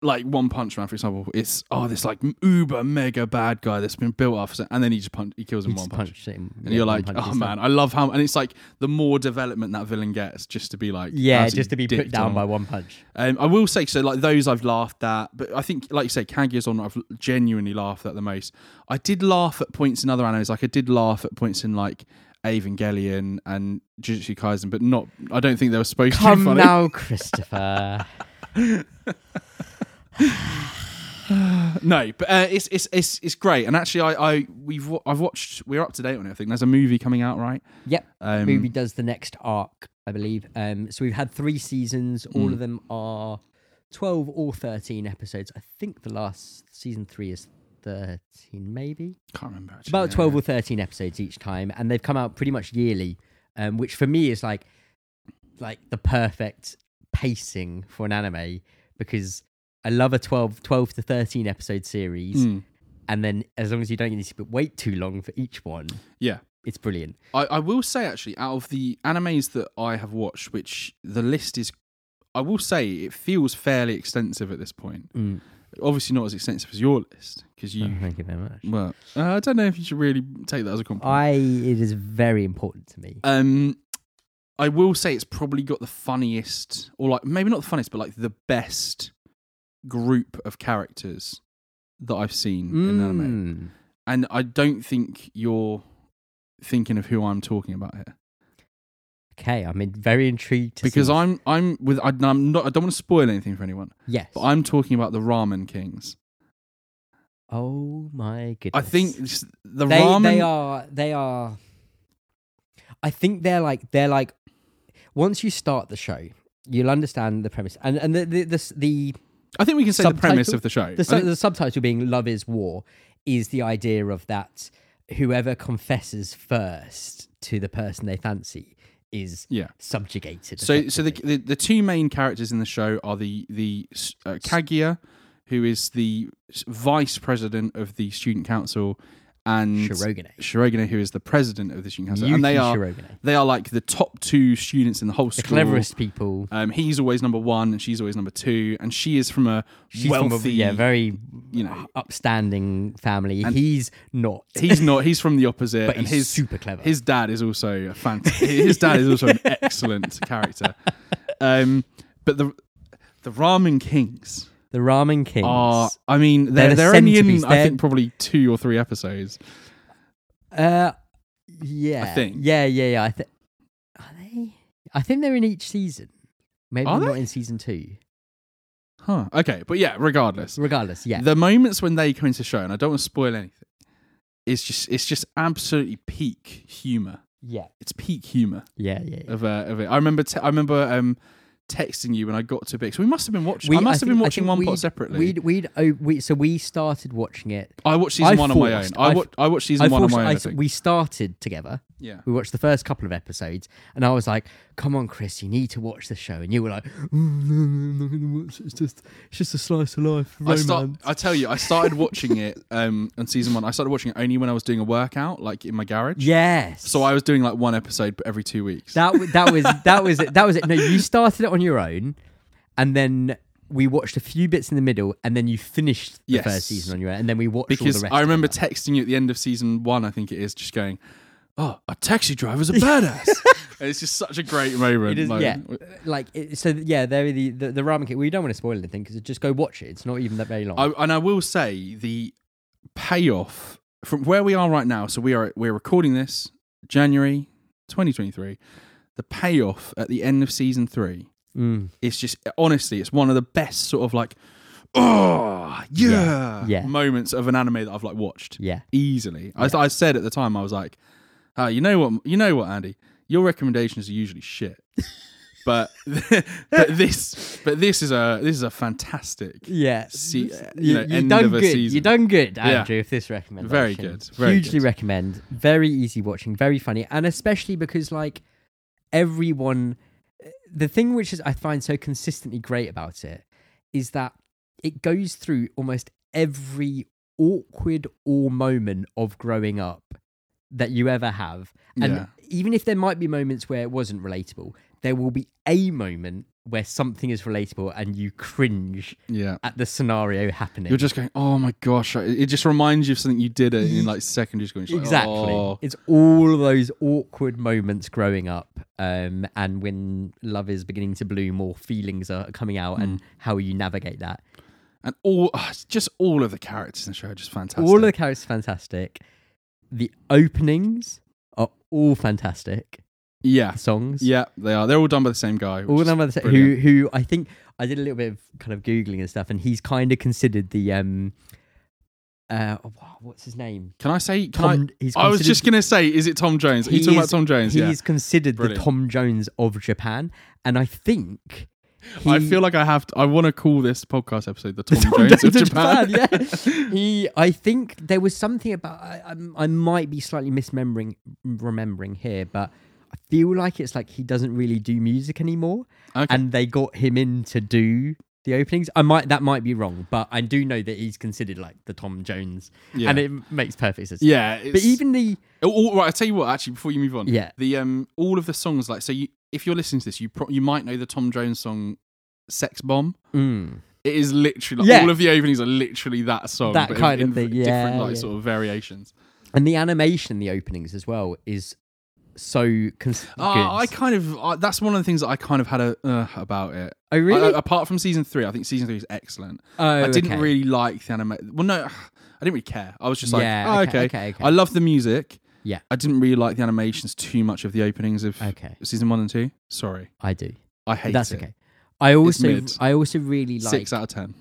Speaker 2: like One Punch Man for example, it's oh this like uber mega bad guy that's been built up, and then he just punch, he kills him
Speaker 1: You
Speaker 2: one
Speaker 1: just
Speaker 2: punch.
Speaker 1: punch it in-
Speaker 2: And
Speaker 1: yeah,
Speaker 2: you're
Speaker 1: one
Speaker 2: like,
Speaker 1: punch,
Speaker 2: oh
Speaker 1: it's
Speaker 2: man,
Speaker 1: done.
Speaker 2: I love how, and it's like the more development that villain gets, just to be like,
Speaker 1: yeah,
Speaker 2: as a
Speaker 1: just to be
Speaker 2: dick
Speaker 1: put down
Speaker 2: doll.
Speaker 1: by one punch.
Speaker 2: Um, I will say so, like those I've laughed at, but I think, like you say, Kaguya's on. I've genuinely laughed at the most. I did laugh at points in other animes, like I did laugh at points in like Evangelion and Jujutsu Kaisen, but not. I don't think they were supposed to. be
Speaker 1: Come
Speaker 2: funny.
Speaker 1: now, Christopher.
Speaker 2: no, but uh, it's it's it's it's great. And actually, I I we've wa- I've watched. We're up to date on it. I think there's a movie coming out, right?
Speaker 1: yep.
Speaker 2: Um,
Speaker 1: movie does the next arc, I believe. Um, so we've had three seasons.
Speaker 2: Hmm.
Speaker 1: All of them are twelve or thirteen episodes. I think the last season three is thirteen, maybe
Speaker 2: Can't remember. Actually,
Speaker 1: about
Speaker 2: yeah.
Speaker 1: twelve or thirteen episodes each time, and they've come out pretty much yearly, um, which for me is like like the perfect pacing for an anime because. I love a 12, 12 to 13 episode series.
Speaker 2: Mm,
Speaker 1: And then, as long as you don't need to wait too long for each one,
Speaker 2: yeah.
Speaker 1: it's brilliant.
Speaker 2: I, I will say actually, out of the animes that I have watched, which the list is, I will say it feels fairly extensive at this point.
Speaker 1: Mm.
Speaker 2: Obviously, not as extensive as your list because you.
Speaker 1: Oh, thank you very much.
Speaker 2: Well, uh, I don't know if you should really take that as a compliment.
Speaker 1: I it is very important to me.
Speaker 2: um, I will say it's probably got the funniest, or like maybe not the funniest, but like the best group of characters that I've seen in anime.
Speaker 1: Mm.
Speaker 2: And I don't think you're thinking of who I'm talking about here.
Speaker 1: Okay, I'm in- very intrigued to see
Speaker 2: Because
Speaker 1: this.
Speaker 2: I'm I'm with I, I'm not I don't want to spoil anything for anyone,
Speaker 1: yes.
Speaker 2: but I'm talking about the Ramen Kings.
Speaker 1: oh my
Speaker 2: I
Speaker 1: goodness!
Speaker 2: think it's- the
Speaker 1: they
Speaker 2: ramen
Speaker 1: they are they are. I think they're like they're like. Once you start the show, you'll understand the premise, and and the the the the,
Speaker 2: I think we can say the premise
Speaker 1: subtitle-
Speaker 2: of the show.
Speaker 1: the,
Speaker 2: I
Speaker 1: su-
Speaker 2: think-
Speaker 1: the subtitle being "Love is War" is the idea of that whoever confesses first to the person they fancy is
Speaker 2: yeah.
Speaker 1: subjugated.
Speaker 2: So so the,
Speaker 1: effectively.
Speaker 2: the the two main characters in the show are the the uh, Kaguya, who is the s- vice president of the student council, and
Speaker 1: Shirogane,
Speaker 2: Shirogane, who is the president of the student council, and they
Speaker 1: Yuki
Speaker 2: are
Speaker 1: Shirogane.
Speaker 2: they are like the top two students in the whole
Speaker 1: the
Speaker 2: school.
Speaker 1: cleverest people.
Speaker 2: Um, he's always number one, and she's always number two, and she is from a
Speaker 1: She's
Speaker 2: wealthy.
Speaker 1: from a, yeah, very
Speaker 2: you know-
Speaker 1: upstanding family. He's not.
Speaker 2: he's not. He's from the opposite,
Speaker 1: but
Speaker 2: and
Speaker 1: he's
Speaker 2: his
Speaker 1: super clever.
Speaker 2: His dad is also a fantastic. his dad is also an excellent character. Um, but the the Ramen Kings
Speaker 1: the Ramen Kings.
Speaker 2: are. I mean, they're
Speaker 1: They're the
Speaker 2: they're, only in
Speaker 1: centipedes.
Speaker 2: I
Speaker 1: They're-
Speaker 2: think probably two or three episodes.
Speaker 1: Uh, yeah.
Speaker 2: I think.
Speaker 1: Yeah, yeah, yeah. I think. Are they? I think they're in each season. Maybe
Speaker 2: Are
Speaker 1: not in season two.
Speaker 2: Huh. Okay, but yeah. Regardless,
Speaker 1: Regardless, yeah.
Speaker 2: the moments when they come into show, and I don't want to spoil anything. It's just it's just absolutely peak humor.
Speaker 1: yeah.
Speaker 2: It's peak humor
Speaker 1: Yeah, yeah. yeah.
Speaker 2: of uh, of it. I remember te- I remember um texting you when I got to bit. So we must have been watching.
Speaker 1: We-
Speaker 2: I must
Speaker 1: I
Speaker 2: have been
Speaker 1: think- I
Speaker 2: watching
Speaker 1: think
Speaker 2: one
Speaker 1: we-
Speaker 2: pot separately.
Speaker 1: We'd, we'd, oh, we, so we started watching it.
Speaker 2: I watched season
Speaker 1: I
Speaker 2: one on my own.
Speaker 1: forced-
Speaker 2: I,
Speaker 1: I
Speaker 2: wa- I watched season
Speaker 1: I
Speaker 2: one on
Speaker 1: forced-
Speaker 2: my own. I
Speaker 1: I-
Speaker 2: think.
Speaker 1: we started together.
Speaker 2: yeah.
Speaker 1: We watched the first couple of episodes, and I was like, "Come on, Chris, you need to watch the show." And you were like, "Oh no, no, I'm not gonna watch it. It's just, it's just a slice of life,
Speaker 2: I
Speaker 1: romance."
Speaker 2: start, I tell you, I started watching it um on season one. I started watching it only when I was doing a workout, like in my garage.
Speaker 1: yes.
Speaker 2: So I was doing like one episode but every two weeks.
Speaker 1: That w- that was that was it. That was it. No, you started it on your own, and then we watched a few bits in the middle, and then you finished the
Speaker 2: Yes.
Speaker 1: first season on your own, and then we watched all
Speaker 2: because
Speaker 1: the rest.
Speaker 2: I remember
Speaker 1: together.
Speaker 2: texting you at the end of season one, I think it is, just going, Oh, a taxi driver's a badass. and it's just such a great moment.
Speaker 1: it is,
Speaker 2: like,
Speaker 1: yeah, like it, so. Yeah, they're the the, the ramen kit. We don't want to spoil anything because just go watch it. It's not even that very long.
Speaker 2: I, and I will say the payoff from where we are right now. So we are we're recording this January 2023. The payoff at the end of season three
Speaker 1: Mm.
Speaker 2: is just honestly, it's one of the best sort of like oh yeah,
Speaker 1: Yeah, yeah.
Speaker 2: moments of an anime that I've like watched
Speaker 1: Yeah,
Speaker 2: easily. I, I said at the time I was like, uh, you know what, you know what, Andy, your recommendations are usually shit. But, but this but this is a this is a fantastic
Speaker 1: yeah.
Speaker 2: See- uh, you
Speaker 1: you,
Speaker 2: know,
Speaker 1: you
Speaker 2: end
Speaker 1: done
Speaker 2: of a
Speaker 1: good.
Speaker 2: season.
Speaker 1: You done good,
Speaker 2: Yeah.
Speaker 1: Andrew. If this recommendation,
Speaker 2: Very good, very
Speaker 1: hugely
Speaker 2: good.
Speaker 1: recommend. Very easy watching. Very funny, and especially because like everyone, the thing which is I find so consistently great about it is that it goes through almost every awkward or moment of growing up that you ever have. And
Speaker 2: Yeah.
Speaker 1: even if there might be moments where it wasn't relatable, there will be a moment where something is relatable and you cringe
Speaker 2: yeah.
Speaker 1: at the scenario happening.
Speaker 2: You're just going, oh my gosh! I- It just reminds you of something you did in like secondary school. It's like,
Speaker 1: exactly.
Speaker 2: "Oh."
Speaker 1: It's all of those awkward moments growing up, um, and when love is beginning to bloom or feelings are coming out,
Speaker 2: Hmm.
Speaker 1: and how you navigate that.
Speaker 2: And all, ah, it's just all of the characters in the show are just fantastic.
Speaker 1: All of the characters are fantastic. The openings are all fantastic.
Speaker 2: yeah,
Speaker 1: The songs,
Speaker 2: yeah, they are. They're all done by the same guy.
Speaker 1: all
Speaker 2: which is
Speaker 1: done by the same. Who,
Speaker 2: brilliant.
Speaker 1: who I think I did a little bit of kind of googling and stuff, and he's kind of considered the um, uh, oh, wow, what's his name?
Speaker 2: Can I say?
Speaker 1: Tom,
Speaker 2: Can
Speaker 1: he's
Speaker 2: I? I was
Speaker 1: considered-
Speaker 2: just gonna say, is it Tom Jones? Are you
Speaker 1: He
Speaker 2: talking about
Speaker 1: is-
Speaker 2: Tom Jones?
Speaker 1: He
Speaker 2: Yeah.
Speaker 1: is considered
Speaker 2: Brilliant.
Speaker 1: the Tom Jones of Japan, and I think he,
Speaker 2: I feel like I have. To, I want to call this podcast episode the Tom,
Speaker 1: Tom
Speaker 2: Jones, of Japan.
Speaker 1: yeah, he. I think there was something about. I, I'm- I, might be slightly misremembering remembering here, but I feel like it's like he doesn't really do music anymore,
Speaker 2: Okay.
Speaker 1: and they got him in to do the openings. I might that might be wrong, but I do know that he's considered like the Tom Jones,
Speaker 2: Yeah.
Speaker 1: and it makes perfect sense.
Speaker 2: yeah.
Speaker 1: But
Speaker 2: it's-
Speaker 1: even the
Speaker 2: Oh, All right, I tell you what. Actually, before you move on,
Speaker 1: Yeah.
Speaker 2: the um, all of the songs like so. You, if you're listening to this, you pro- you might know the Tom Jones song "Sex Bomb."
Speaker 1: Mm.
Speaker 2: It is literally like,
Speaker 1: Yeah.
Speaker 2: all of the openings are literally that song.
Speaker 1: That
Speaker 2: but
Speaker 1: kind
Speaker 2: in,
Speaker 1: of
Speaker 2: in
Speaker 1: thing,
Speaker 2: Different
Speaker 1: yeah,
Speaker 2: like
Speaker 1: yeah.
Speaker 2: sort of variations.
Speaker 1: and the animation, in the openings as well is so cons-
Speaker 2: Uh, I
Speaker 1: good.
Speaker 2: kind of uh, that's one of the things that I kind of had a uh, about it.
Speaker 1: Oh, really?
Speaker 2: I- I- apart from season three, I think season three is excellent.
Speaker 1: Oh,
Speaker 2: I didn't
Speaker 1: okay.
Speaker 2: really like the anime. Well, no, I didn't really care. I was just like,
Speaker 1: Yeah,
Speaker 2: oh,
Speaker 1: okay,
Speaker 2: okay,
Speaker 1: okay, okay.
Speaker 2: I love the music.
Speaker 1: Yeah.
Speaker 2: I didn't really like the animations too much of the openings of
Speaker 1: Okay.
Speaker 2: season one and two. Sorry,
Speaker 1: I do.
Speaker 2: I hate
Speaker 1: That's
Speaker 2: it.
Speaker 1: okay. I also
Speaker 2: mid.
Speaker 1: I also really like
Speaker 2: Six out of ten.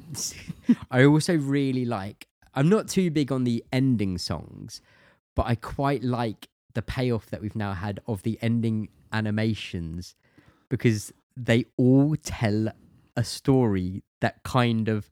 Speaker 1: I also really like. I'm not too big on the ending songs, but I quite like the payoff that we've now had of the ending animations because they all tell a story that kind of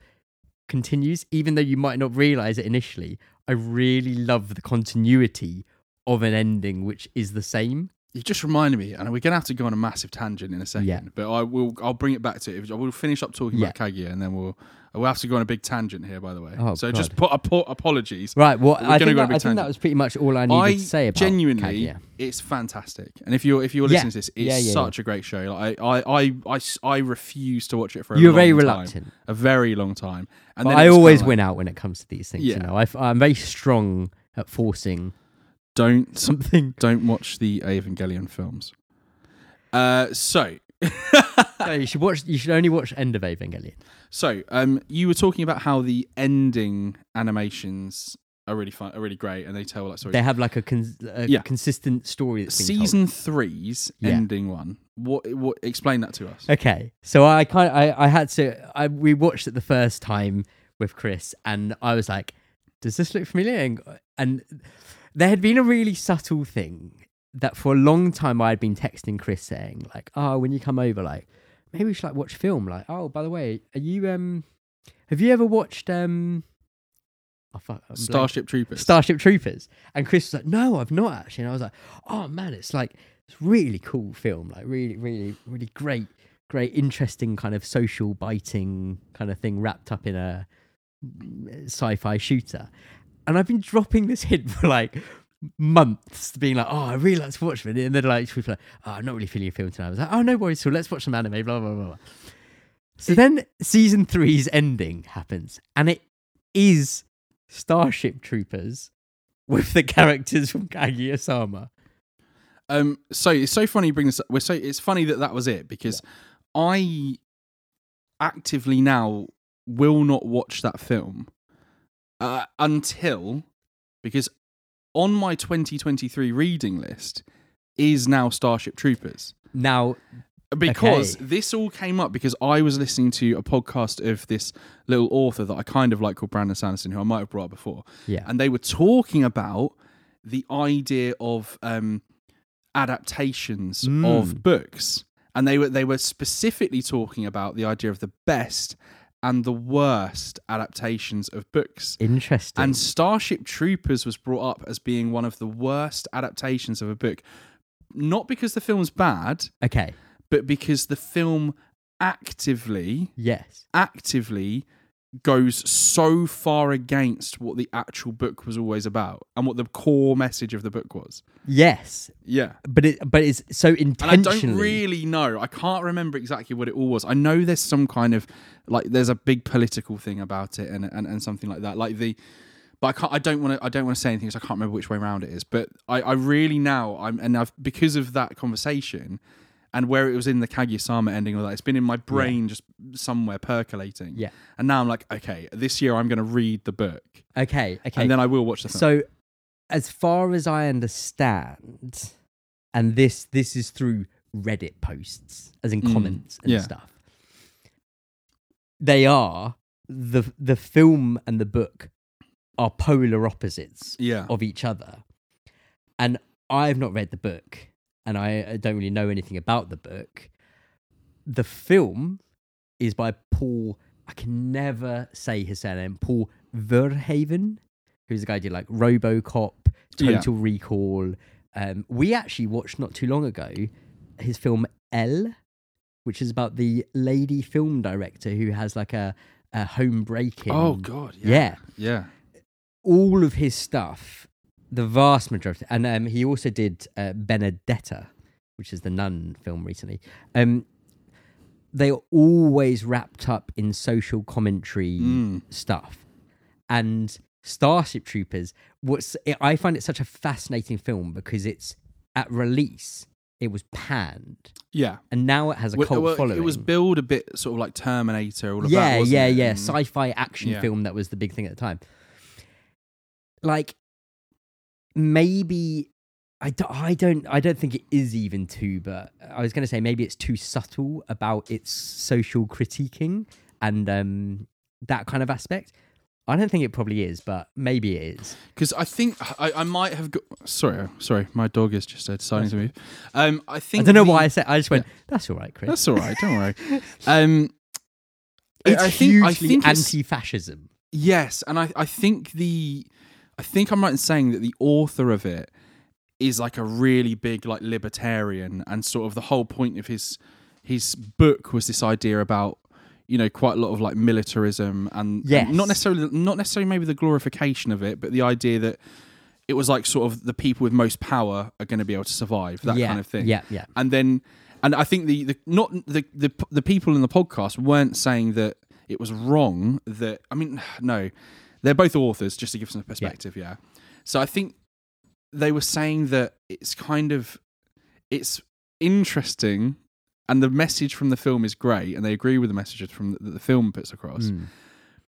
Speaker 1: continues, even though you might not realize it initially. I really love the continuity of an ending which is the same.
Speaker 2: You just reminded me, and we're gonna have to go on a massive tangent in a second.
Speaker 1: Yeah.
Speaker 2: But I will. I'll bring it back to it. I will finish up talking about Kaguya, and then we'll. We'll have to go on a big tangent here, by the way.
Speaker 1: Oh,
Speaker 2: so
Speaker 1: God.
Speaker 2: just put apo- apologies.
Speaker 1: Right. Well,
Speaker 2: We're
Speaker 1: I,
Speaker 2: gonna
Speaker 1: think
Speaker 2: go
Speaker 1: that,
Speaker 2: on a big
Speaker 1: I think that
Speaker 2: tangent.
Speaker 1: was pretty much all I needed
Speaker 2: I
Speaker 1: to say about
Speaker 2: genuinely,
Speaker 1: Kaguya.
Speaker 2: it's fantastic. And if you're if you're
Speaker 1: Yeah.
Speaker 2: listening to this, it's
Speaker 1: Yeah, yeah,
Speaker 2: such a great show. Like, I, I, I, I s- I refuse to watch it for. A
Speaker 1: You're
Speaker 2: long
Speaker 1: very
Speaker 2: time.
Speaker 1: reluctant.
Speaker 2: a very long time. And
Speaker 1: But
Speaker 2: then
Speaker 1: I
Speaker 2: it was
Speaker 1: always
Speaker 2: kinda like,
Speaker 1: win out when it comes to these things. You
Speaker 2: Yeah.
Speaker 1: know, I, am very strong at forcing
Speaker 2: Don't
Speaker 1: something.
Speaker 2: don't watch the Evangelion films. Uh, so
Speaker 1: No, you should watch. You should only watch End of Evangelion.
Speaker 2: so um, you were talking about how the ending animations are really fun, are really great, and they tell like stories.
Speaker 1: They have like a, cons- a
Speaker 2: Yeah.
Speaker 1: consistent story. That's being told.
Speaker 2: Season three's
Speaker 1: Yeah.
Speaker 2: ending one. What? What? Explain that to us.
Speaker 1: Okay, so I kind of, I, I had to. I we watched it the first time with Chris, and I was like, "Does this look familiar?" And, and there had been a really subtle thing that for a long time I had been texting Chris saying, like, "Oh, when you come over, like, maybe we should like watch film." Like, "Oh, by the way, are you um, have you ever watched um, oh, fuck, I'm blanking.
Speaker 2: Starship Troopers.
Speaker 1: Starship Troopers. And Chris was like, no, I've not actually. And I was like, oh man, it's like, it's really cool film. Like, really, really, really great, great, interesting kind of social biting kind of thing wrapped up in a sci fi shooter. And I've been dropping this hint for like months, being like, oh, I really like to watch it. And then like, people like, oh, I'm not really feeling a film tonight. I was like, oh, no worries. So let's watch some anime, blah, blah, blah, blah. So then season three's ending happens, and it is Starship Troopers with the characters from Kaguya Sama.
Speaker 2: Um, so it's so funny you bring this up. We're so it's funny that that was it because I actively now will not watch that film uh, until because on my 2023 reading list is now Starship Troopers
Speaker 1: Now,
Speaker 2: because
Speaker 1: Okay.
Speaker 2: this all came up because I was listening to a podcast of this little author that I kind of like called Brandon Sanderson, who I might have brought up before.
Speaker 1: Yeah.
Speaker 2: And they were talking about the idea of um, adaptations
Speaker 1: Mm.
Speaker 2: of books. And they were they were specifically talking about the idea of the best and the worst adaptations of books.
Speaker 1: interesting.
Speaker 2: And Starship Troopers was brought up as being one of the worst adaptations of a book. Not because the film's bad,
Speaker 1: okay,
Speaker 2: but because the film actively
Speaker 1: yes.
Speaker 2: actively goes so far against what the actual book was always about and what the core message of the book was
Speaker 1: Yes.
Speaker 2: yeah
Speaker 1: But it but it's so
Speaker 2: and i
Speaker 1: intentionally
Speaker 2: don't really know i can't remember exactly what it all was i know there's some kind of like there's a big political thing about it and and, and something like that like the but I, can't, I don't want to. I don't want to say anything because I can't remember which way around it is. But I, I really now I'm and I've because of that conversation, and where it was in the Kaguya-sama ending, all that it's been in my brain just somewhere percolating.
Speaker 1: Yeah.
Speaker 2: And now I'm like, okay, this year I'm going to read the book,
Speaker 1: Okay, okay.
Speaker 2: and then I will watch the film.
Speaker 1: so as far as I understand, and this this is through Reddit posts, as in
Speaker 2: Mm,
Speaker 1: comments and
Speaker 2: yeah.
Speaker 1: stuff. They are the the film and the book are polar opposites
Speaker 2: yeah.
Speaker 1: of each other. And I've not read the book and I uh, don't really know anything about the book. The film is by Paul, I can never say his surname, Paul Verhaven, who's the guy who did like Robocop,
Speaker 2: Yeah.
Speaker 1: Total Recall. Um, we actually watched not too long ago his film L, which is about the lady film director who has like a, a home break in.
Speaker 2: Oh God. Yeah.
Speaker 1: yeah
Speaker 2: Yeah.
Speaker 1: all of his stuff, the vast majority, and um, he also did uh, Benedetta, which is the nun film recently. Um, they are always wrapped up in social commentary
Speaker 2: Mm.
Speaker 1: stuff, and Starship Troopers. What's I find it such a fascinating film because it's at release it was panned,
Speaker 2: Yeah.
Speaker 1: and now it has a
Speaker 2: Well,
Speaker 1: cult
Speaker 2: well,
Speaker 1: following.
Speaker 2: It was billed a bit sort of like Terminator, all of
Speaker 1: yeah,
Speaker 2: that. wasn't
Speaker 1: yeah,
Speaker 2: it?
Speaker 1: yeah.
Speaker 2: And-
Speaker 1: Sci-fi action
Speaker 2: Yeah.
Speaker 1: film that was the big thing at the time. Like, maybe I don't, I don't, I don't think it is even too. But I was going to say maybe it's too subtle about its social critiquing and um, that kind of aspect. I don't think it probably is, but maybe it is.
Speaker 2: Because I think I, I might have got. Sorry, uh, sorry, my dog is just uh, deciding to move. Um, I
Speaker 1: I
Speaker 2: think
Speaker 1: don't know
Speaker 2: the-
Speaker 1: why I said. I just went. That's all right, Chris.
Speaker 2: That's all right. Don't worry. Um, I-
Speaker 1: it's
Speaker 2: I think I
Speaker 1: hugely
Speaker 2: think it's-
Speaker 1: anti-fascism.
Speaker 2: yes, and I I think the I think I'm right in saying that the author of it is like a really big like libertarian, and sort of the whole point of his his book was this idea about you know quite a lot of like militarism and, and
Speaker 1: Yes.
Speaker 2: not necessarily not necessarily maybe the glorification of it, but the idea that it was like sort of the people with most power are going to be able to survive that
Speaker 1: yeah,
Speaker 2: kind of thing
Speaker 1: Yeah, yeah.
Speaker 2: and then and I think the, the not the, the the people in the podcast weren't saying that it was wrong that I mean no they're both authors just to give some perspective yeah, so I think they were saying that it's kind of it's interesting and the message from the film is great and they agree with the messages from that the film puts across
Speaker 1: Mm.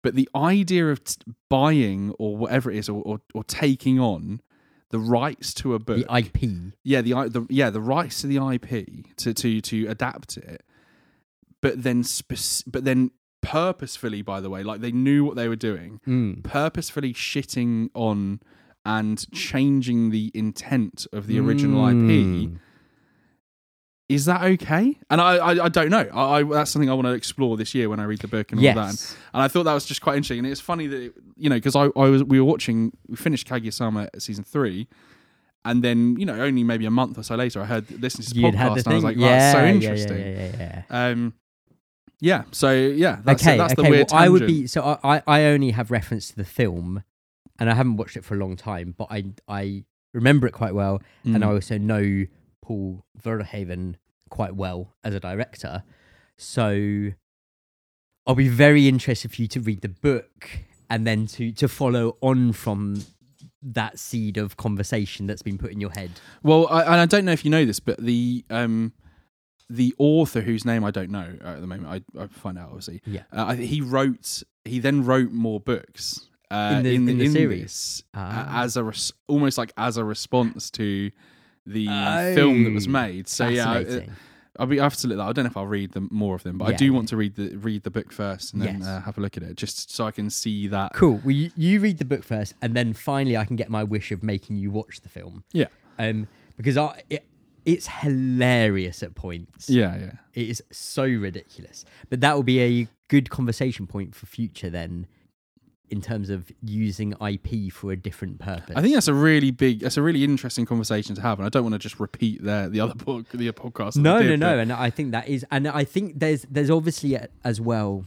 Speaker 2: but the idea of t- buying or whatever it is or, or, or taking on the rights to a book
Speaker 1: The IP.
Speaker 2: yeah the, I- the yeah the rights to the IP to to to adapt it, but then spec- but then purposefully by the way like they knew what they were doing
Speaker 1: Mm.
Speaker 2: purposefully shitting on and changing the intent of the original IP
Speaker 1: Mm.
Speaker 2: is that okay and I I, I don't know I, I that's something I want to explore this year when I read the book and
Speaker 1: Yes.
Speaker 2: all that and, and I thought that was just quite interesting and it's funny that it, you know because I, I was we were watching we finished Kaguya-sama season three and then you know only maybe a month or so later I heard listen to this
Speaker 1: You'd
Speaker 2: podcast
Speaker 1: had the
Speaker 2: and I
Speaker 1: thing.
Speaker 2: was like
Speaker 1: yeah,
Speaker 2: oh, that's so
Speaker 1: yeah, yeah,
Speaker 2: interesting
Speaker 1: Yeah, yeah, yeah.
Speaker 2: um yeah so yeah that's
Speaker 1: okay,
Speaker 2: that's
Speaker 1: okay.
Speaker 2: the weird
Speaker 1: well, I would
Speaker 2: tangent.
Speaker 1: be so. I, I I only have reference to the film, and I haven't watched it for a long time, but I I remember it quite well, and I
Speaker 2: Mm.
Speaker 1: also know Paul Verhoeven quite well as a director. So I'll be very interested for you to read the book and then to to follow on from that seed of conversation that's been put in your head.
Speaker 2: well I, and I don't know if you know this but the um the author whose name I don't know uh, at the moment I, I find out obviously
Speaker 1: Yeah.
Speaker 2: uh, I, he wrote he then wrote more books uh,
Speaker 1: In the- in the series?
Speaker 2: this,
Speaker 1: Ah.
Speaker 2: uh, as a res- almost like as a response to the
Speaker 1: Oh.
Speaker 2: film that was made. So yeah, I, uh,
Speaker 1: Fascinating.
Speaker 2: I'll be absolutely. I don't know if I'll read them more of them, but I
Speaker 1: Yeah.
Speaker 2: do want to read the read the book first and then
Speaker 1: Yes.
Speaker 2: uh, have a look at it just so I can see that.
Speaker 1: Cool. Well, you, you read the book first, and then finally, I can get my wish of making you watch the film.
Speaker 2: Yeah,
Speaker 1: Um, because I, it, it's hilarious at points.
Speaker 2: yeah, yeah.
Speaker 1: It is so ridiculous. But that will be a good conversation point for future then, in terms of using IP for a different purpose.
Speaker 2: I think that's a really big, that's a really interesting conversation to have, and I don't want to just repeat the the other book, the other podcast. that we
Speaker 1: no, no,
Speaker 2: did,
Speaker 1: no, and I think that is, and I think there's there's obviously a, as well.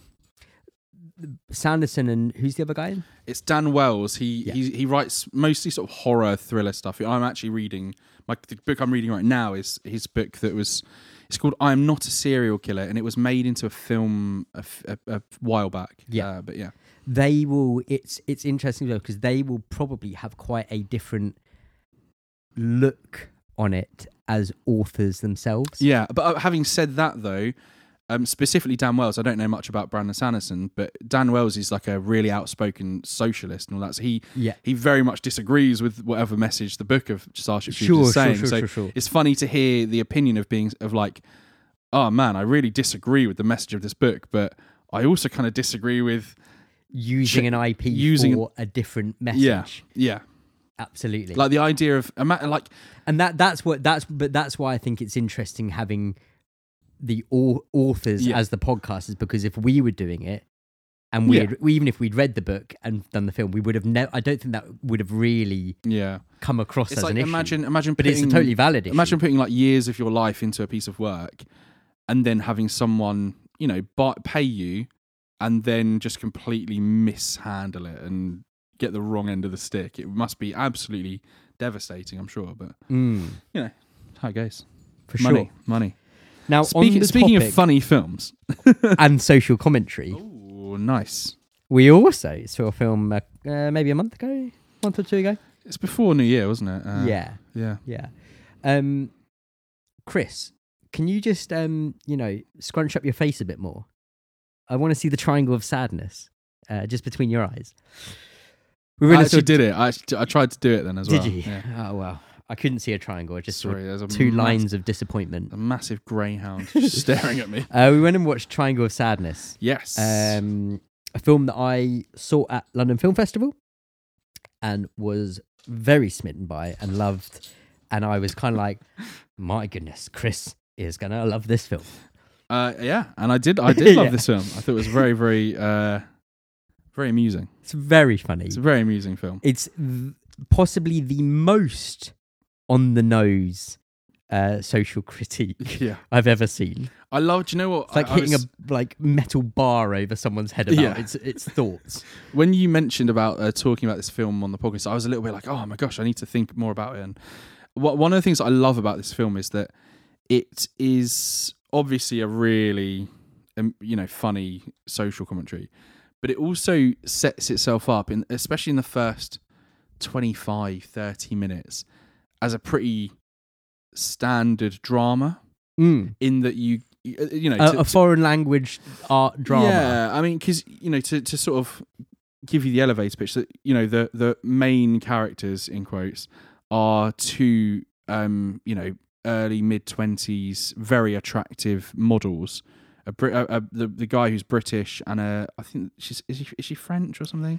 Speaker 1: Sanderson and who's the other guy?
Speaker 2: It's Dan Wells. He
Speaker 1: Yeah.
Speaker 2: he he writes mostly sort of horror thriller stuff. I'm actually reading my the book I'm reading right now is his book that was it's called I am not a serial killer and it was made into a film a, f- a- a while back.
Speaker 1: Yeah.
Speaker 2: Uh, but yeah.
Speaker 1: they will it's it's interesting though because they will probably have quite a different look on it as authors themselves
Speaker 2: Yeah, but uh, having said that though, um, specifically Dan Wells, I don't know much about Brandon Sanderson, but Dan Wells is like a really outspoken socialist and all that. So he
Speaker 1: Yeah.
Speaker 2: he very much disagrees with whatever message the book of Starship Troopers
Speaker 1: Sure, sure,
Speaker 2: is saying.
Speaker 1: sure,
Speaker 2: so
Speaker 1: sure, sure.
Speaker 2: it's funny to hear the opinion of being of like, oh man, I really disagree with the message of this book, but I also kind of disagree with
Speaker 1: using an ip
Speaker 2: using-
Speaker 1: for a different message
Speaker 2: yeah, yeah,
Speaker 1: absolutely
Speaker 2: like the idea of ima- like
Speaker 1: and that that's what that's but that's why i think it's interesting having the au- authors
Speaker 2: Yeah.
Speaker 1: as the podcasters because if we were doing it and we,
Speaker 2: Yeah.
Speaker 1: had even if we'd read the book and done the film we would have never i don't think that would have really
Speaker 2: yeah,
Speaker 1: come across
Speaker 2: it's
Speaker 1: as
Speaker 2: like
Speaker 1: an issue
Speaker 2: imagine imagine
Speaker 1: but it's a
Speaker 2: putting-
Speaker 1: totally valid issue.
Speaker 2: Imagine putting like years of your life into a piece of work and then having someone, you know, buy, pay you and then just completely mishandle it and get the wrong end of the stick. It must be absolutely devastating, I'm sure, but
Speaker 1: Mm,
Speaker 2: you know, how it goes.
Speaker 1: for
Speaker 2: money,
Speaker 1: sure.
Speaker 2: money.
Speaker 1: Now, on
Speaker 2: Speaking,
Speaker 1: the
Speaker 2: speaking of
Speaker 1: topic
Speaker 2: funny films.
Speaker 1: and social commentary,
Speaker 2: Oh, nice.
Speaker 1: we also saw a film uh, uh, maybe a month ago, month or two ago.
Speaker 2: It's before New Year, wasn't it? Uh,
Speaker 1: yeah,
Speaker 2: Yeah.
Speaker 1: yeah. Um, Chris, can you just um, you know, scrunch up your face a bit more? I want to see the triangle of sadness uh, just between your eyes. We
Speaker 2: I
Speaker 1: really
Speaker 2: actually did it. I, actually, I tried to do it then as
Speaker 1: Did
Speaker 2: well.
Speaker 1: you?
Speaker 2: Yeah.
Speaker 1: Oh well, I couldn't see a triangle. I just saw
Speaker 2: Sorry, Mm. Oh. there's a
Speaker 1: two
Speaker 2: mass-
Speaker 1: lines of disappointment.
Speaker 2: A massive greyhound just staring at me.
Speaker 1: Uh, we went and watched Triangle of Sadness,
Speaker 2: Yes.
Speaker 1: um, a film that I saw at London Film Festival and was very smitten by and loved. And I was kind of like, my goodness, Chris is gonna love this film.
Speaker 2: Uh, yeah, and I did. I did love
Speaker 1: Yeah.
Speaker 2: this film. I thought it was very, very, uh, very amusing.
Speaker 1: It's very funny.
Speaker 2: It's a very amusing film.
Speaker 1: It's th- possibly the most on the nose uh, social critique
Speaker 2: Yeah,
Speaker 1: I've ever seen.
Speaker 2: I love. Do you know what?
Speaker 1: It's like
Speaker 2: I- I
Speaker 1: hitting
Speaker 2: was-
Speaker 1: a like metal bar over someone's head about
Speaker 2: Yeah.
Speaker 1: its its thoughts.
Speaker 2: when you mentioned about uh, talking about this film on the podcast, I was a little bit like, oh my gosh, I need to think more about it. And what, one of the things I love about this film is that it is obviously a really, um, you know, funny social commentary, but it also sets itself up, in, especially in the first 25, 30 minutes, as a pretty standard drama
Speaker 1: Mm. in
Speaker 2: in that you, you you know,
Speaker 1: a,
Speaker 2: to-
Speaker 1: a foreign language art drama.
Speaker 2: yeah, I mean, because you know, to, to sort of give you the elevator pitch, that you know, the the main characters in quotes are two, um, you know, early mid twenties, very attractive models. A Brit, a, a, the the guy who's British and a, I think she's is she, is she French or something?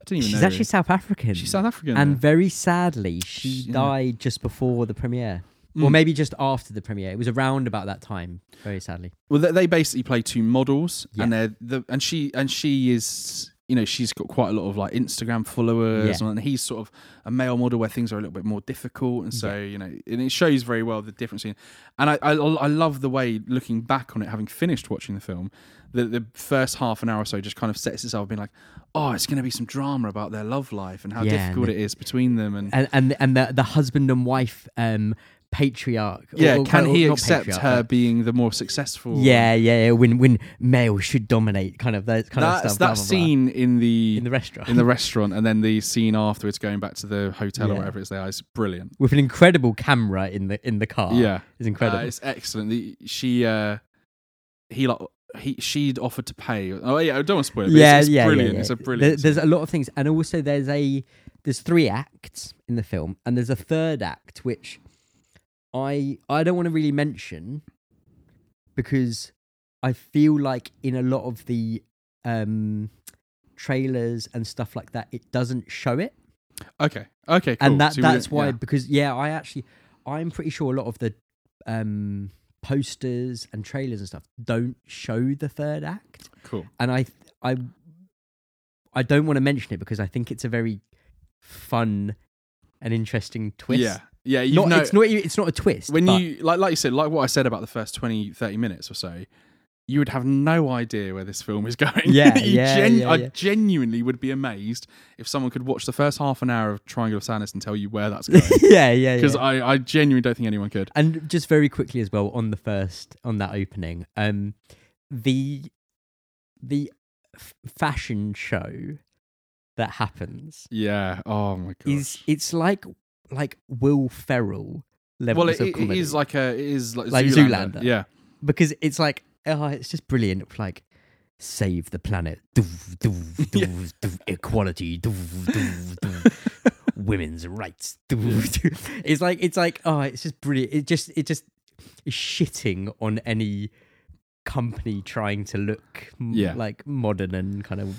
Speaker 2: I don't even
Speaker 1: she's
Speaker 2: know.
Speaker 1: actually South African.
Speaker 2: she's South African.
Speaker 1: and
Speaker 2: yeah.
Speaker 1: very sadly, she
Speaker 2: She's- yeah.
Speaker 1: died just before the premiere,
Speaker 2: Mm.
Speaker 1: or maybe just after the premiere. It was around about that time. Very sadly,
Speaker 2: Well, they, they basically play two models,
Speaker 1: Yeah.
Speaker 2: and they're the and she and she is you know she's got quite a lot of like Instagram followers,
Speaker 1: Yeah.
Speaker 2: and he's sort of a male model where things are a little bit more difficult, and so you know, and it shows very well the difference. In, and I, I I love the way looking back on it, having finished watching the film, that the first half an hour or so just kind of sets itself being like, oh, it's going to be some drama about their love life and how
Speaker 1: Yeah, and
Speaker 2: difficult
Speaker 1: the-
Speaker 2: it is between them, and
Speaker 1: and and and the the husband and wife um patriarch.
Speaker 2: yeah,
Speaker 1: or- or-
Speaker 2: can
Speaker 1: or
Speaker 2: he
Speaker 1: not
Speaker 2: accept
Speaker 1: patriarch,
Speaker 2: her
Speaker 1: but-
Speaker 2: being the more successful?
Speaker 1: Yeah, yeah, yeah. When when males should dominate, kind of that kind
Speaker 2: That's
Speaker 1: of stuff.
Speaker 2: that
Speaker 1: blah, blah, blah.
Speaker 2: scene in the
Speaker 1: in the restaurant
Speaker 2: in the restaurant, and then the scene afterwards going back to the hotel
Speaker 1: Yeah.
Speaker 2: or whatever it's there is brilliant.
Speaker 1: with an incredible camera in the in the car.
Speaker 2: yeah,
Speaker 1: it's Ah, incredible.
Speaker 2: Uh, it's excellent. The, she, uh, he, like, he, she'd offered to pay. Oh yeah, I don't want to spoil it. But yeah,
Speaker 1: yeah,
Speaker 2: it's, it's
Speaker 1: yeah,
Speaker 2: brilliant.
Speaker 1: yeah, yeah.
Speaker 2: It's a
Speaker 1: There-
Speaker 2: brilliant.
Speaker 1: there's a lot of things, and also there's a there's three acts in the film, and there's a third act which I I don't want to really mention because I feel like in a lot of the um trailers and stuff like that, it doesn't show it,
Speaker 2: okay, okay, cool.
Speaker 1: and that
Speaker 2: So we
Speaker 1: that's
Speaker 2: don't-
Speaker 1: why
Speaker 2: yeah.
Speaker 1: because yeah, I actually I'm pretty sure a lot of the um posters and trailers and stuff don't show the third act
Speaker 2: cool.
Speaker 1: and I I I don't want to mention it because I think it's a very fun and interesting twist.
Speaker 2: Yeah, yeah. You
Speaker 1: not,
Speaker 2: know,
Speaker 1: it's not e, it's not a twist.
Speaker 2: when
Speaker 1: but
Speaker 2: you like like you said, like what I said about the first 20, 30 minutes or so. You would have no idea where this film is going.
Speaker 1: Yeah,
Speaker 2: You
Speaker 1: yeah, yeah,
Speaker 2: I
Speaker 1: yeah.
Speaker 2: genuinely would be amazed if someone could watch the first half an hour of Triangle of Sadness and tell you where that's going.
Speaker 1: yeah yeah
Speaker 2: because
Speaker 1: yeah.
Speaker 2: I, I genuinely don't think anyone could.
Speaker 1: and just very quickly as well on the first on that opening, um, the the f- fashion show that happens
Speaker 2: Yeah. Oh my god.
Speaker 1: is it's like like Will Ferrell levels
Speaker 2: well, it,
Speaker 1: of
Speaker 2: it- it
Speaker 1: comedy.
Speaker 2: is like a it is like,
Speaker 1: Like
Speaker 2: Zoolander.
Speaker 1: Zoolander.
Speaker 2: Yeah.
Speaker 1: because it's like oh, it's just brilliant. Like save the planet, doof, doof,
Speaker 2: Yeah.
Speaker 1: doof, doof, equality, doof, doof, doof, women's rights. Doof, doof. It's like it's like oh, it's just brilliant. It just it just is shitting on any company trying to look m-
Speaker 2: Yeah.
Speaker 1: like modern and kind of